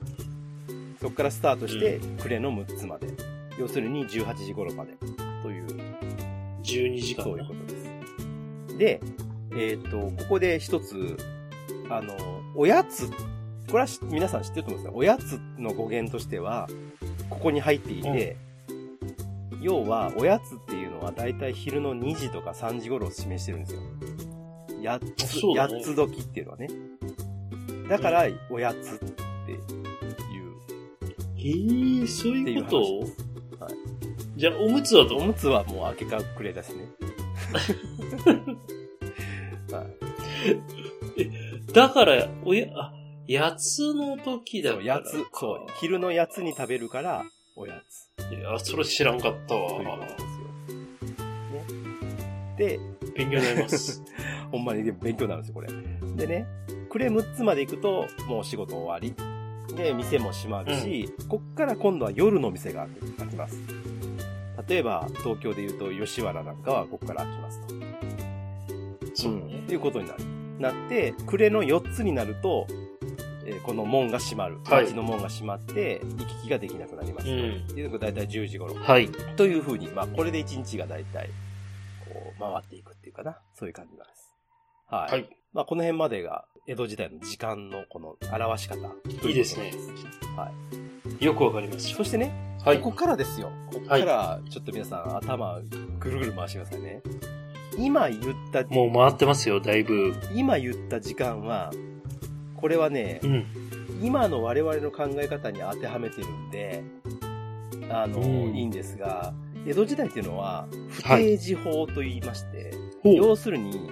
S3: そこからスタートして、暮れの6つまで。要するに、18時頃まで。という、
S2: 12時間
S3: そう
S2: だ
S3: いうことです。で、えっ、と、ここで一つ、あの、おやつ。これはし皆さん知ってると思うんですが、おやつの語源としては、ここに入っていて、要は、おやつっていうのは大体昼の2時とか3時頃を示してるんですよ。やっつ、
S2: そう
S3: や
S2: だ
S3: っ
S2: ね
S3: つ時っていうのはね。だから、おやつっていう。
S2: えー、そういうこと
S3: っていう話ですは
S2: じゃあ、おむつはど
S3: お
S2: う
S3: むつはもう明けかくれで すね。 はい
S2: だから、おや、あ、やつの時だ
S3: そ
S2: か
S3: う、
S2: ら。
S3: やつ。そう。昼のやつに食べるから、おやつ。
S2: いや、それ知らんかった
S3: ということ
S2: わ
S3: なん。ですよ。ね。
S2: 勉強になり ます。
S3: で、ほんまにね勉強になるんですよ、これ。でね、暮れ6つまで行くと、もう仕事終わり。で、店も閉まるし、こっから今度は夜の店が開きます。例えば、東京で言うと、吉原なんかはここから開きますと。
S2: そうね
S3: んということになる。なって、暮れの4つになると、えーこの門が閉まる。
S2: はい
S3: 街の門が閉まって、行き来ができなくなります。
S2: うん
S3: というのが大体10時頃。
S2: はい。
S3: というふうに、まあ、これで1日が大体、こう、回っていくっていうかな。そういう感じなんです。はい。
S2: はい。
S3: まあ、この辺までが、江戸時代の時間のこの表し方ということ
S2: いいですね。よくわかりますよ
S3: そ。してね、
S2: はい。
S3: ここからですよ。ここから、ちょっと皆さん、頭、ぐるぐる回してくださいね。今言った、
S2: もう回ってますよ、だいぶ。
S3: 今言った時間は、これはね
S2: う、ん。
S3: 今の我々の考え方に当てはめてるんで、あの、
S2: うん
S3: いいんですが、江戸時代っていうのは、不
S2: はい
S3: 定時法と言いまして、
S2: ほう。
S3: 要するに、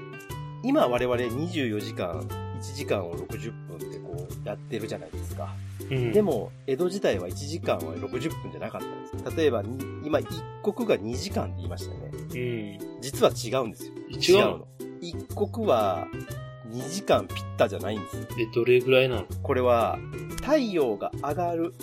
S3: 今我々24時間、1時間を60分でこうやってるじゃないですか。
S2: うん
S3: でも、江戸時代は1時間は60分じゃなかったんです。例えばに、今一国が2時間って言いましたよね。
S2: うん。違
S3: 実は違うんですよ。
S2: うの
S3: の。一国は2時間ぴったじゃないんです。
S2: え、どれぐらいなの
S3: これは、太陽が上がる。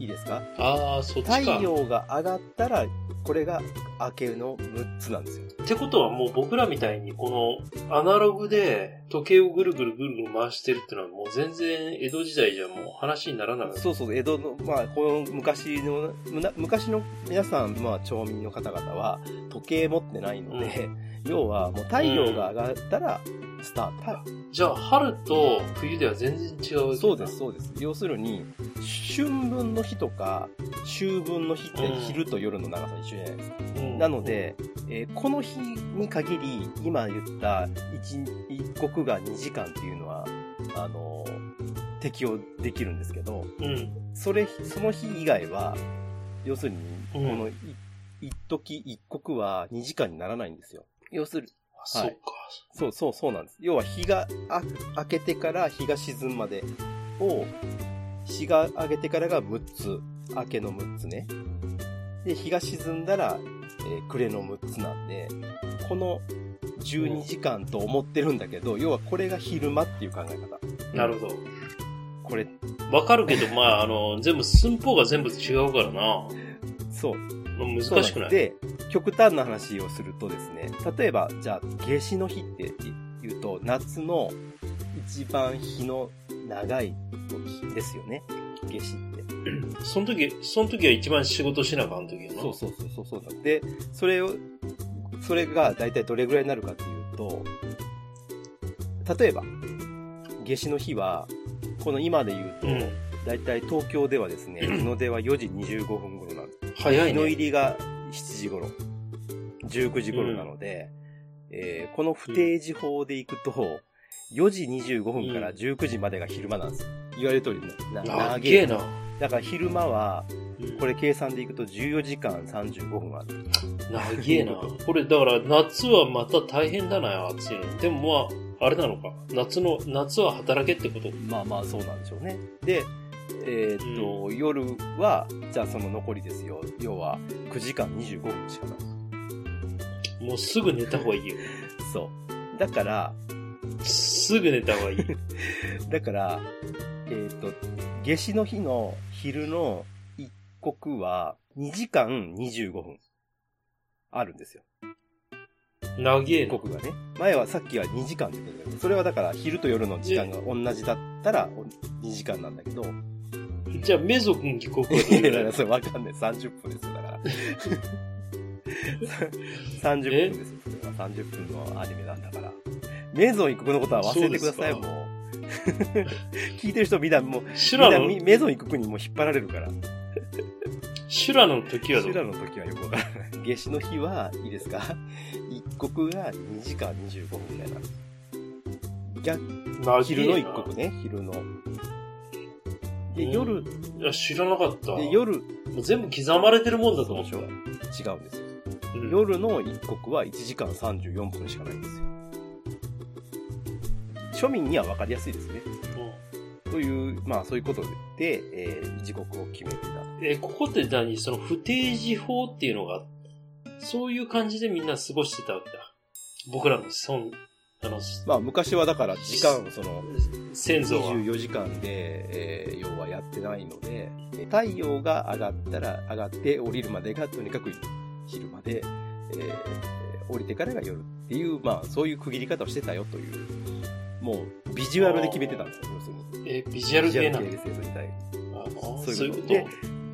S3: いいですか
S2: ああ、そっちか。
S3: 太陽が上がったら、これが明けの6つなんですよ。
S2: ってことはもう僕らみたいにこのアナログで時計をぐるぐるぐるぐる回してるってのはもう全然江戸時代じゃもう話にならない。
S3: そうそう、江戸の、まあ、この昔の、むな昔の皆さん、まあ、町民の方々は、時計持ってないので、要は、もう太陽が上がったら、スタート。
S2: じゃあ、春と冬では全然違うわけだ
S3: そうです、。そうです。要するに、春分の日とか、秋分の日って
S2: うん
S3: 昼と夜の長さ一緒じゃないですか。
S2: うん
S3: なの、で、えーこの日に限り、今言った一一国が2時間っていうのは、あのー適用できるんですけど、
S2: うん。
S3: それ、その日以外は、要するに、こ
S2: うん
S3: のい一時一国は2時間にならないんですよ。要する
S2: あそっか。
S3: そうそうそうなんです。要は日があ明けてから日が沈むまでを、日が上げてからが6つ、明けの6つね。で、日が沈んだら、えー暮れの6つなんで、この12時間と思ってるんだけど、要はこれが昼間っていう考え方。
S2: なるほど。
S3: これ、
S2: わかるけど、まあ、あの、全部、寸法が全部違うからな。
S3: そう。
S2: まあ難しくない。
S3: で、極端な話をするとですね、例えば、じゃあ、夏至の日って言うと、夏の一番日の長い時ですよね。夏至って。
S2: その時、その時は一番仕事しなあかん時やな。
S3: そうそうそうそうそうなんで、それを、それが大体どれぐらいになるかっていうと、例えば、夏至の日は、この今で言うと、
S2: ん。
S3: 大体東京ではで すね、日の出は4時25分頃なんです
S2: 早い
S3: 日の入
S2: ね。
S3: りが7時頃、19時頃なので、えーこの不定時法でいくと、4時25分から19時までが昼間なんです。言われる通りね、な
S2: 長
S3: 長
S2: え
S3: い
S2: な。
S3: だから昼間は、
S2: うん
S3: これ計算でいくと14時間35分ある。
S2: 長えな。これ、だから、夏はまた大変だな、暑いの。でもまあ、あれなのか。夏の、夏は働けってこと。
S3: まあまあそうなんでしょうね。で、えーっと、夜は、じゃあその残りですよ。要は9時間25分しかない。
S2: もうすぐ寝た方がいいよ。
S3: そう。だから、
S2: すぐ寝た 方がいい。
S3: だから、えっ、と、夏至の日の昼の一刻は2時間25分あるんですよ。
S2: 長え
S3: 一
S2: な。
S3: 刻がね。前はさっきは2時間って言ってたけど、それはだから昼と夜の時間が同じだったら2時間なんだけど、
S2: じゃあ、メゾ君帰国はい
S3: や
S2: ど
S3: い
S2: れ
S3: やい
S2: ぐら
S3: や
S2: い
S3: それわかんない。30分ですよ、だから。30分ですよ、それは。30分のアニメなんだから。メゾン一刻のことは忘れてください、
S2: そう
S3: も
S2: で
S3: う。 聞いてる人みんなもう、
S2: 修
S3: みん
S2: 羅
S3: な
S2: の、
S3: みメゾン一刻にもう引っ張られるから。
S2: 修羅の時はど
S3: 修
S2: う
S3: 羅の時はよくわからない。夏至の日は、いいですか一刻が2時間25分みたいな。逆、
S2: 長
S3: 昼の
S2: え
S3: 一
S2: な
S3: 刻ね、昼の。で、
S2: うん
S3: 夜、
S2: いや、知らなかった。
S3: で、夜、違
S2: もう全部刻まれてるもんだと思った。
S3: そううんですよ。
S2: うん
S3: 夜の一刻は1時間34分しかないんですよ。庶民には分かりやすいですね。という、まあそういうことで、えー時刻を決めていた。
S2: えーここって何その不定時法っていうのが、そういう感じでみんな過ごしてたわけだ。僕らの孫、あの、
S3: まあ昔はだから時間、その、
S2: 先祖は。
S3: 24時間で、えー要はやってないので、えー太陽が上がったら、上がって降りるまでがとにかく昼まで、えー降りてからが夜っていう、まあそういう区切り方をしてたよという、もうビジュアルで決めてたんですよ、要するに。
S2: えービジュアル
S3: ビジュ
S2: 系
S3: ア
S2: な
S3: ル
S2: ん
S3: 系
S2: だ。
S3: ですよ、大体。
S2: あー
S3: そ
S2: そうういうう
S3: いこ
S2: ことと。
S3: で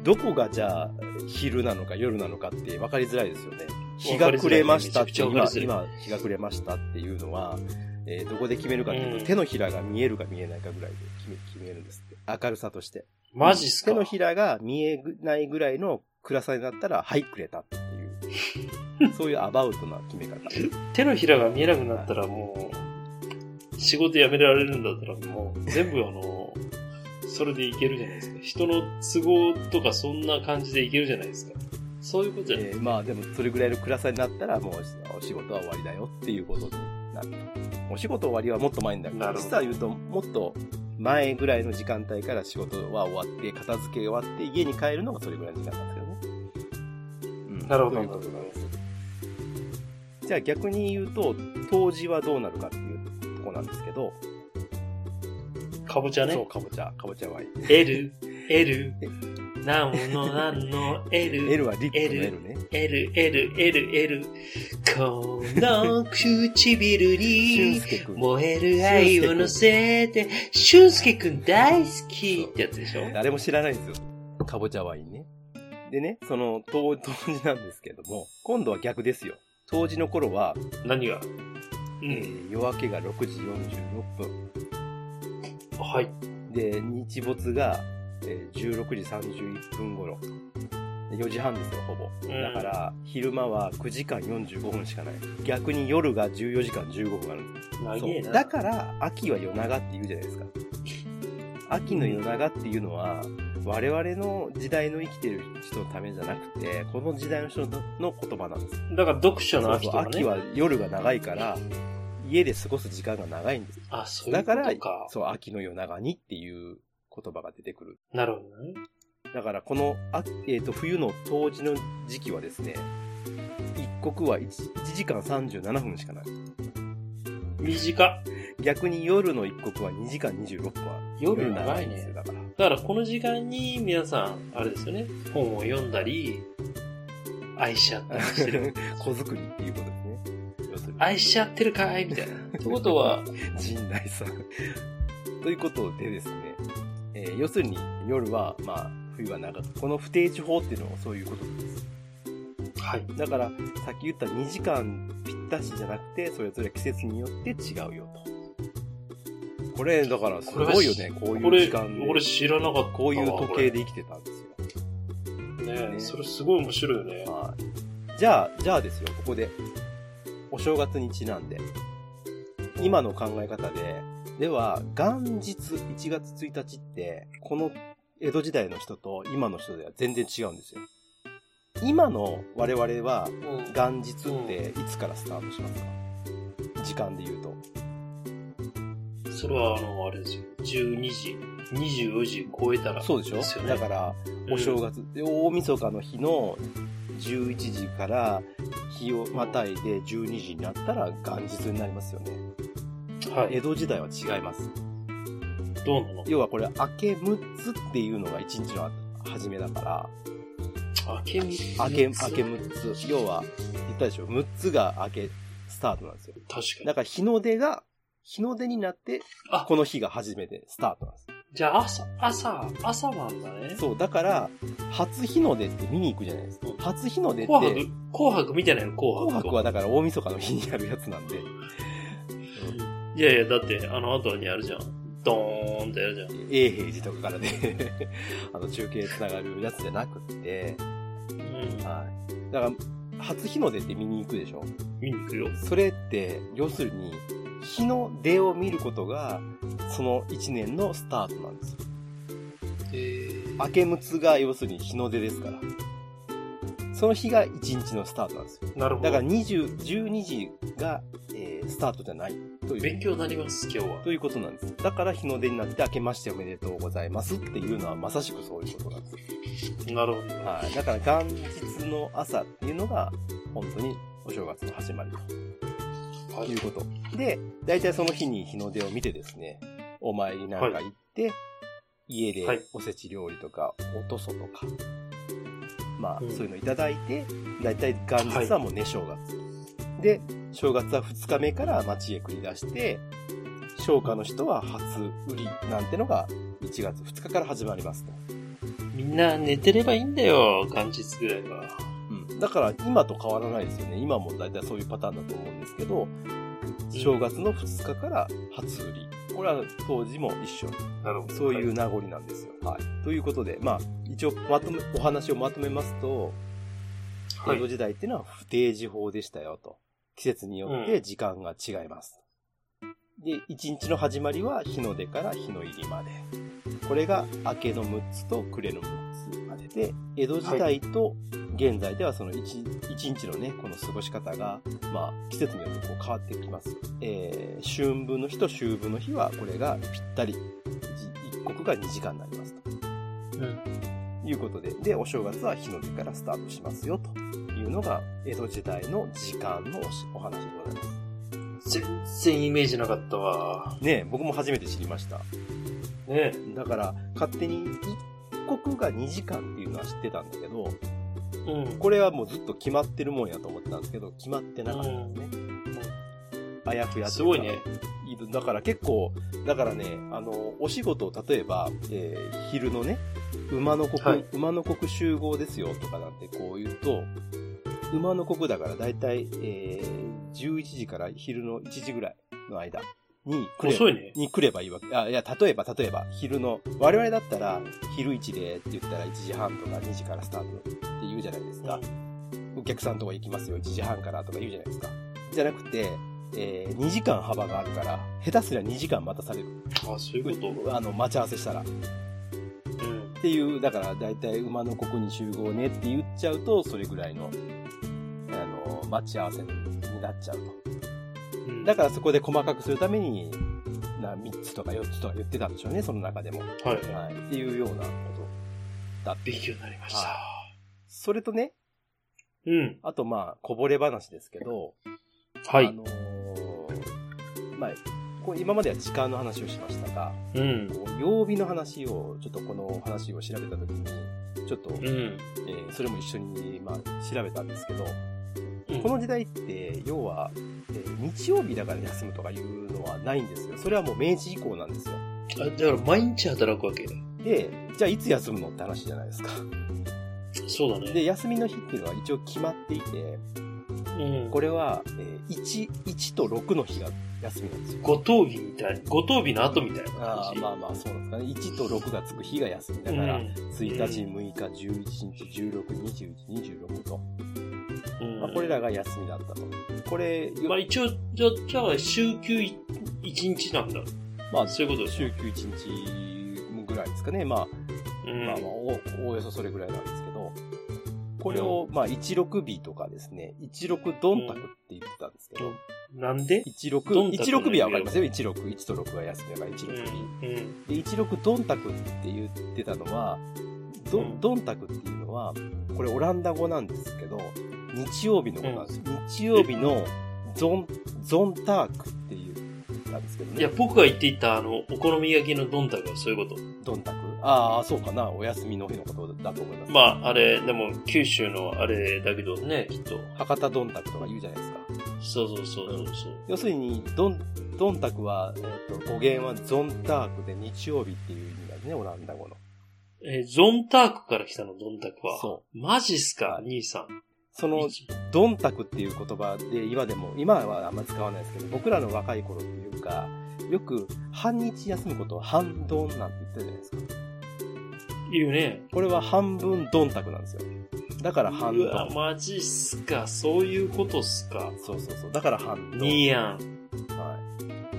S3: どこがじゃあ昼なのか夜なのかって分かりづらいですよね。日が
S2: 分かりづらい
S3: 暮れましたって
S2: めちゃ
S3: 今
S2: く、ちゃ分
S3: 今日が暮れましたっていうのは、えーどこで決めるかっていうと、
S2: うん
S3: 手のひらが見えるか見えないかぐらいで決め決めるんですって。明るさとして。
S2: マジっすか
S3: 手のひらが見えないぐらいの暗さになったら、はい、くれたって いう。そういうアバウトな決め方。
S2: 手のひらが見えなくなったらもう、仕事辞められるんだったらもう、全部あの、それでいけるじゃないですか。人の都合とかそんな感じでいけるじゃないですか。そういうことじゃない
S3: えーまあでもそれぐらいの暗さになったらもうお仕事は終わりだよっていうことになるお仕事終わりはもっと前んだけ
S2: な
S3: ど
S2: るほど
S3: 実は言うともっと前ぐらいの時間帯から仕事は終わって片付け終わって家に帰るのがそれぐらいの時間なんですけどね、うん
S2: なるほど
S3: ということなんですじゃあ逆に言うと冬至はどうなるかっていうとこなんですけど、
S2: かぼちゃね。
S3: そうかぼちゃかぼちゃはいい
S2: L、L、なんのなんの L、
S3: L はリップの
S2: L
S3: L ね
S2: L、L、L、L、この唇
S3: 俊
S2: に
S3: 介くん
S2: 燃える愛を乗せて、俊介くん大好きってやつでしょ
S3: 誰も知らないんですよ。かぼちゃワインね。でね、その、 冬、冬至なんですけども、今度は逆ですよ。冬至の頃は、
S2: 何がう
S3: え
S2: ん。
S3: ー夜明けが6時46分。
S2: はい。
S3: で、日没が、えー16時31分頃。4時半ですよ、ほぼ。
S2: ん
S3: だから、昼間は9時間45分しかない。逆に夜が14時間15分あるんです
S2: 長えな。
S3: そうだから、秋は夜長って言うじゃないですか。 秋の夜長っていうのは、我々の時代の生きてる人のためじゃなくて、この時代の人のの言葉なんです。
S2: だから読書の秋とかね。
S3: そうそう秋は夜が長いから、家で過ごす時間が長いんです。
S2: あ、そういう
S3: だ
S2: こ
S3: から
S2: とか。
S3: そう、秋の夜長にっていう言葉が出てくる。
S2: なるほどね。
S3: だから、この、あえっ、と、冬の冬至の時期はですね、一刻は 1, 1時間37分しかない。
S2: 短っ。
S3: 逆に夜の一刻は2時間26分は。
S2: 夜長いね
S3: んですよだから。
S2: だからこの時間に皆さん、あれですよね。本を読んだり、愛し合ったりして る。
S3: 子作りっていうことですね。要するに。
S2: 愛し合ってるかいみたいな。ってことは、
S3: 陣内さん。ということでですね、えー要するに夜は、まあ、冬は長く、この不定時法っていうのはそういうことです。
S2: はい。
S3: だから、さっき言った2時間ぴったしじゃなくて、それぞれ季節によって違うよと。これ、だからすごいよね、こ
S2: こ
S3: ういう
S2: れ
S3: 時間、
S2: 俺
S3: で、
S2: 知らなかったわ。
S3: こういう時
S2: こ
S3: 計
S2: れ
S3: で生きてたんですよ。
S2: ね
S3: ね
S2: それすごい面白いよね。
S3: はい。じゃあ、じゃあですよ、ここで、お正月にちなんで、今の考え方で、では、元日1月1日って、この江戸時代の人と今の人では全然違うんですよ。今の我々は、
S2: うん
S3: 元日っていつからスタートしますか時間で言うと。
S2: それは、あの、あれですよ。12時、24時超えたら。
S3: そうでしょ
S2: すよね
S3: だから、お正月、で大晦日の日の11時から日をまたいで12時になったら元日になりますよね。
S2: はい。
S3: 江戸時代は違います。
S2: どうなの
S3: 要はこれ、明け6つっていうのが1日の初めだから、
S2: 明けみ
S3: 明け、明け6つ。要は、言ったでしょ、6つが明けスタートなんですよ。
S2: 確か
S3: だ
S2: に。
S3: から日の出が、日の出になって
S2: あ、
S3: この日が初めてスタートなんです。
S2: じゃあ朝、朝、朝なんだね。
S3: そう、だから、初日の出って見に行くじゃないですか。初日の出って、
S2: 紅白、紅白見てないの紅
S3: 紅
S2: 白。
S3: 白はだから大晦日の日にやるやつなんで、
S2: いやいや、だって、あの後にあるじゃん。ドーンってやるじゃん。
S3: 永平寺とかからね、 あの中継つながるやつじゃなくって、
S2: うん。
S3: はい。だから、初日の出って見に行くでしょ
S2: 見に行くよ。
S3: それって、要するに、日の出を見ることが、その一年のスタートなんですよ。明け六つが、要するに日の出ですから。その日が一日のスタートなんですよ。
S2: なるほ
S3: だ
S2: ど。
S3: から20、12時が、えースタートじゃない。とい
S2: 勉
S3: う、
S2: 強になります、今日は。
S3: ということなんです。だから日の出になって、明けましておめでとうございますっていうのは、まさしくそういうことなんです。
S2: なるほど。
S3: はい。だから元日の朝っていうのが、本当にお正月の始まりと。
S2: は
S3: いうこと。で、大体その日に日の出を見てですね、お参りなんか行って、家
S2: はい
S3: でおせち料理とか、おとそとか、まあ、
S2: うん
S3: そういうのいただいて、大体元日はもうね、正月。で、正月は2日目から町へ繰り出して、商家の人は初売りなんてのが1月2日から始まりますと。
S2: みんな寝てればいいんだよ、元日ぐらいは。
S3: うん、だから今と変わらないですよね。今も大体そういうパターンだと思うんですけど、正月の2日から初売り。これは当時も一緒。
S2: なるほど。
S3: そういう名残なんですよ。はい。ということで、まあ、一応まとめ、お話をまとめますと、
S2: は
S3: 江戸
S2: い。
S3: 時代っていうのは不定時法でしたよと。季節によって時間が違います。で、一日の始まりは日の出から日の入りまで。これが明けの6つと暮れの6つまでで、江戸時代と現在ではその 1, 一日のね、この過ごし方が、まあ、季節によってこう変わってきます。えー、春分の日と秋分の日はこれがぴったり、一一刻が2時間になりますと。いうことで、で、お正月は日の出からスタートしますよ、というのが、江戸時代の時間のおしお話でございます。
S2: 全然イメージなかったわ。
S3: ねえ僕も初めて知りました。
S2: ね
S3: だから、勝手に一刻が2時間っていうのは知ってたんだけど、
S2: うん。
S3: これはもうずっと決まってるもんやと思ってたんですけど、決まってなかったんですね。あやふやというか
S2: すごいね。
S3: いいだから結構、だからね、あの、お仕事を例えば、えー昼のね、馬の国、
S2: はい
S3: 馬の国集合ですよとかなんてこう言うと、馬の国だから大体、えー、 11時から昼の1時ぐらいの間に来れ
S2: 遅いね。
S3: に来ればいいわけ。あ、いや、例えば、例えば、昼の、我々だったら、昼1でって言ったら1時半とか2時からスタートって言うじゃないですか。お客さんのとこ行きますよ、1時半からとか言うじゃないですか。じゃなくて、え2時間幅があるから、下手すりゃ2時間待たされる。
S2: あ、そういうこ
S3: あの、待ち合わせしたら。っ
S2: と。うん。
S3: ていう、だから、だいたい馬のここに集合ねって言っちゃうと、それぐらいの、あの、待ち合わせになっちゃうと。
S2: うん
S3: だからそこで細かくするために、な3つとか4つとか言ってたんでしょうね、その中でも。は
S2: はい。
S3: い。っていうようなことだって。
S2: 勉強になりました。
S3: それとね、
S2: うん。
S3: あとまあ、こぼれ話ですけど、
S2: は
S3: あ
S2: い。
S3: のーまあ、こう今までは時間の話をしましたが、
S2: うん。
S3: こう曜日の話を、ちょっとこの話を調べたときに、ちょっと、え
S2: うん。
S3: ーそれも一緒に、まあ、調べたんですけど、
S2: うん
S3: この時代って、要は、えー日曜日だから休むとかいうのはないんですよ。それはもう明治以降なんですよ。
S2: あだから毎日働くわけ。
S3: で、じゃあいつ休むのって話じゃないですか。
S2: そうだね。
S3: で、休みの日っていうのは一応決まっていて、
S2: うん。
S3: これは、えー1、1と6の日が休みなんですよ。
S2: 五等日みたい。五等日の後みたいな
S3: あ
S2: 感
S3: あ
S2: じ。
S3: まあまあそうなんですかね。1と6がつく日が休みだから、
S2: うん
S3: 1日、6日、11日、16、21、26と。
S2: うん
S3: まあ、これらが休みだったと。これ、よ
S2: まあ一応、じゃじゃあ、週休い一日なんだ。
S3: まあ、
S2: そういうことです
S3: 週休1日ぐらいですかね。まあ、
S2: うん
S3: まあまあお、おおよそそれぐらいなんですけど、これを、まあ、16日とかですね、16どんたくって言ってたんですけど、
S2: なんで
S3: 16、
S2: どんたく
S3: 16日はわかりますよ、16。1と6は休みだから、
S2: うん。
S3: 16日。
S2: うん。
S3: で、16どんたくって言ってたのは、ど
S2: うん、
S3: どんたくっていうのは、これオランダ語なんですけど、日曜日のことなんですよ。日曜日のゾン、ゾンタークっていう、なんですけど
S2: いや
S3: ね、。
S2: 僕が言っていた、あの、お好み焼きのどんたくはそういうこ
S3: どんたく。ああ、そうかな。お休みの日のことだと思いま
S2: と。
S3: す。
S2: まあ、あれ、でも、九州のあれだけどね、きっと。
S3: 博多どんたくとか言うじゃないですか。
S2: そうそうそうそうそう。
S3: 要するにどんどんたくは、えっと語源はゾンタークで日曜日っていう意味なんですねオランダ語の
S2: えーゾンタークから来たの、ゾンタクは。。
S3: そう
S2: マジっすか、兄さん。
S3: そのどんたくっていう言葉で今でも今はあんまり使わないですけど僕らの若い頃っていうかよく半日休むことを半ドンなんて言ったじゃないですか
S2: 言うね。
S3: これは半分どんたくなんですよだから半
S2: う
S3: ドン
S2: わ、マジっすか。そういうことっすか。
S3: そうそうそうだから半ドン
S2: 兄やん。
S3: は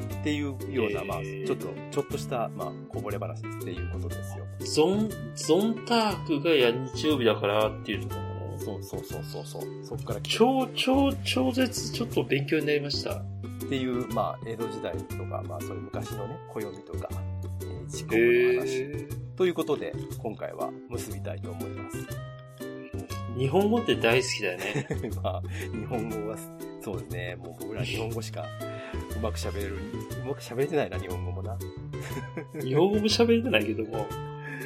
S3: い、っていうような、まあ
S2: えー
S3: ちょっとちょっとした、まあ、こぼれ話っていうことですよ
S2: ゾン、ゾンタークがや日曜日だからっていうところなの
S3: そうそうそうそうそうそっから来て
S2: 超、超、超絶、ちょっと勉強になりました。
S3: っていう、まあ、江戸時代とか、まあ、そういう昔のね、暦とか、えー、時刻の話、ということで、今回は結びたいと思います。
S2: 日本語って大好きだよ ね。
S3: まあ、日本語は、そうですね、もう僕ら日本語しかうまく喋れる、うまく喋れてないな、日本語もな。
S2: 日本語も喋れてないけども。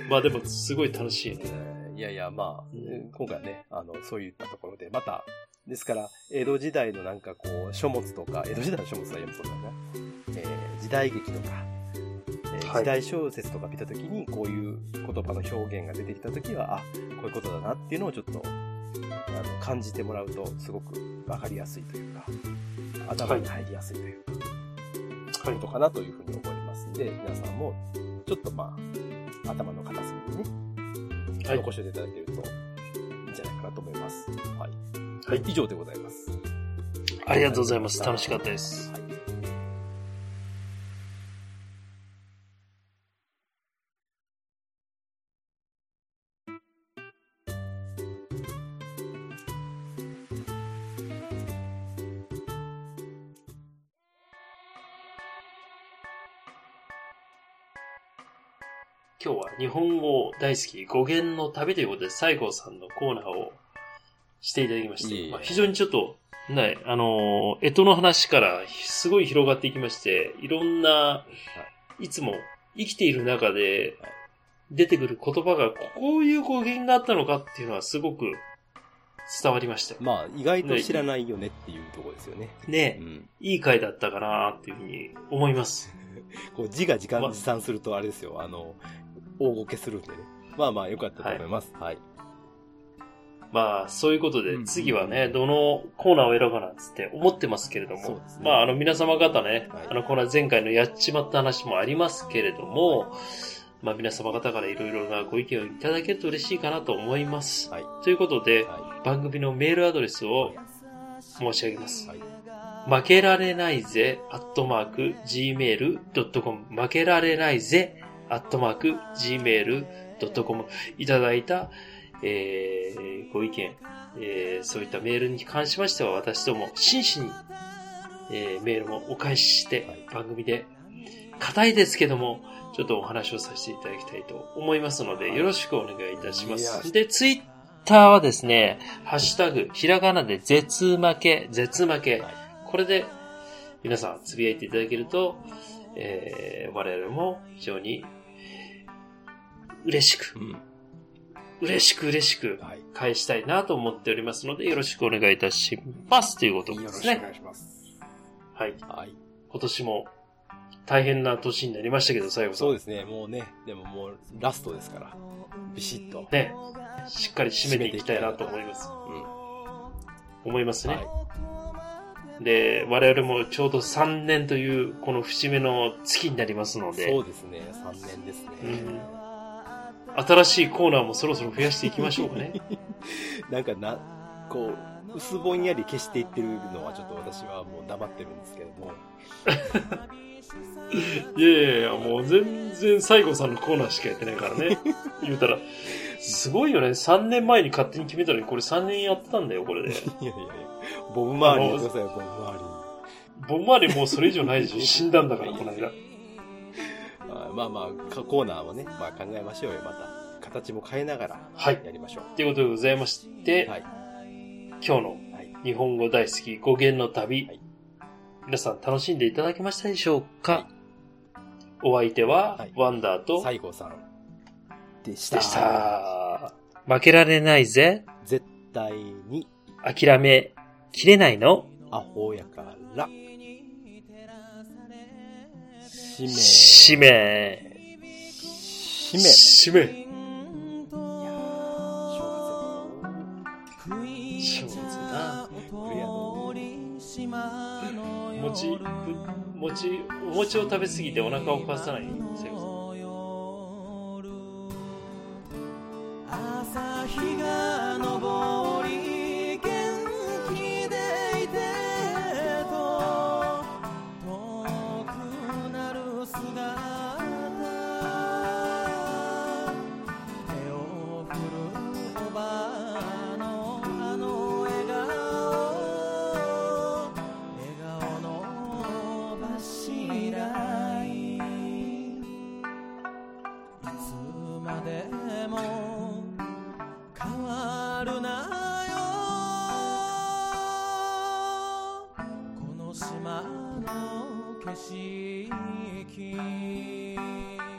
S2: まあでも、すごい楽しいね。
S3: えーいやいや、まあ、
S2: うん
S3: えー今回はね、あの、そういったところで、また、ですから、江戸時代のなんかこう、書物とか、江戸時代の書物は読むことだな。えー時代劇とか、えー
S2: はい
S3: 時代小説とか見たときに、こういう言葉の表現が出てきたときは、あ、こういうことだなっていうのをちょっと、あの、感じてもらうと、すごくわかりやすいというか、頭に入りやすいというか、
S2: はい
S3: ことかなというふうに思いますんで、皆さんも、ちょっとまあ、頭の片隅にね、
S2: はい。
S3: 残していただけるといいんじゃないかなと思います。はい。
S2: はい
S3: 以上でございます。
S2: ありがとうございます。楽しかったです。
S3: はい
S2: 今日は日本語大好き語源の旅ということで西郷さんのコーナーをしていただきまして、
S3: いえいえ
S2: まあ、非常にちょっと、ね、あのー、干支の話からすごい広がっていきまして、いろんな、いつも生きている中で
S3: はい
S2: 出てくる言葉がこういう語源があったのかっていうのはすごく伝わりましたよ。
S3: まあ、意外と知らないよねっていうところですよね。う
S2: ね、
S3: ん。
S2: いい回だったかなっていうふうに思います。
S3: こう字が時間
S2: ま
S3: 持参するとあれですよ、あの、大ごけするんでね。まあまあ、よかったと思います。はい。
S2: まあ、そういうこと
S3: う
S2: で、
S3: ん
S2: 次はね、どのコーナーを選ぶかなっつって思ってますけれど
S3: そう
S2: も
S3: です、ね
S2: まあ、あの、皆様方ね
S3: はい、
S2: あの、この前回のやっちまった話もありますけれども、まあ、皆様方からいろいろなご意見をいただけると嬉しいかなと思います。
S3: はい
S2: ということで、
S3: は
S2: 番組のメールアドレスを申し上げます
S3: い。。は
S2: 負
S3: い。
S2: けられないぜ、アットマーク、gmail.com。負けられないぜ、アットマーク、gmail.com。いただいた、えー、ご意見、えー、そういったメールに関しましては、私ども真摯に、えー、メールもお返しして
S3: はい、
S2: 番組で、硬いですけども、ちょっとお話をさせていただきたいと思いますの
S3: は
S2: で、
S3: い
S2: よろしくお願いいたしま
S3: いや
S2: す。で、ツイッターはですね、ハッシュタグ、ひらがなで絶負け、絶負け、
S3: はい
S2: これで皆さんつぶやいていただけると、えー我々も非常に嬉しく
S3: う、ん。
S2: 嬉しく嬉しく
S3: はい。
S2: 返したいなと思っておりますので、よろしくお願いいたしますということ
S3: よ
S2: で
S3: ろ
S2: す
S3: しくお
S2: ね。
S3: 願いします。
S2: はい。
S3: はい。
S2: 今年も大変な年になりましたけど、最後さん
S3: そうですね。もうね、でももうラストですから、ビシッと。
S2: ね、しっかり締めていきたいなと思います。
S3: うん。
S2: 思いますね。
S3: は
S2: で、我々もちょうど3年という、この節目の月になりますの
S3: い。
S2: で。
S3: そうですね。3年です
S2: うん
S3: ね。
S2: 新しいコーナーもそろそろ増やしていきましょうか ね。
S3: なんかな、こう、薄ぼんやり消していってるのはちょっと私はもう黙ってるんですけども。
S2: いやいやいや、もう全然西郷さんのコーナーしかやってないからね。言うたら、すごいよね。3年前に勝手に決めたのに、これ3年やってたんだよ、これで。
S3: いやいやいや、ボブ周りやってくださいよ、ボブ周り。
S2: 僕までもうそれ以上ないで しょ。死んだんだから、この間。
S3: あまあまあ、かコーナーもね、まあ考えましょうよ、また。形も変えながら、
S2: はい
S3: やりましょう。
S2: ということでございまして、
S3: はい。
S2: 今日の
S3: はい。
S2: 日本語大好き語源の旅、
S3: はい
S2: 皆さん楽しんでいただけましたでしょうか、
S3: はい
S2: お相手は、
S3: はい
S2: ワンダーと
S3: 西郷さんでした。
S2: でした。負けられないぜ。
S3: 絶対に、
S2: 諦めきれないの
S3: アホやから、
S2: 使
S3: 使命。
S2: 命。
S3: 使命。
S2: 使命。
S3: いやー正
S2: 正
S3: 月やな
S2: 月だ。
S3: これやの
S2: 餅、ぶ餅、お餅を食べ過ぎてお腹を壊さないようにせよ
S4: 朝日が昇り元気でいてと遠くなる姿手を振るおばあのあの笑顔笑顔の柱にいつまでも変わるなよこの島の景色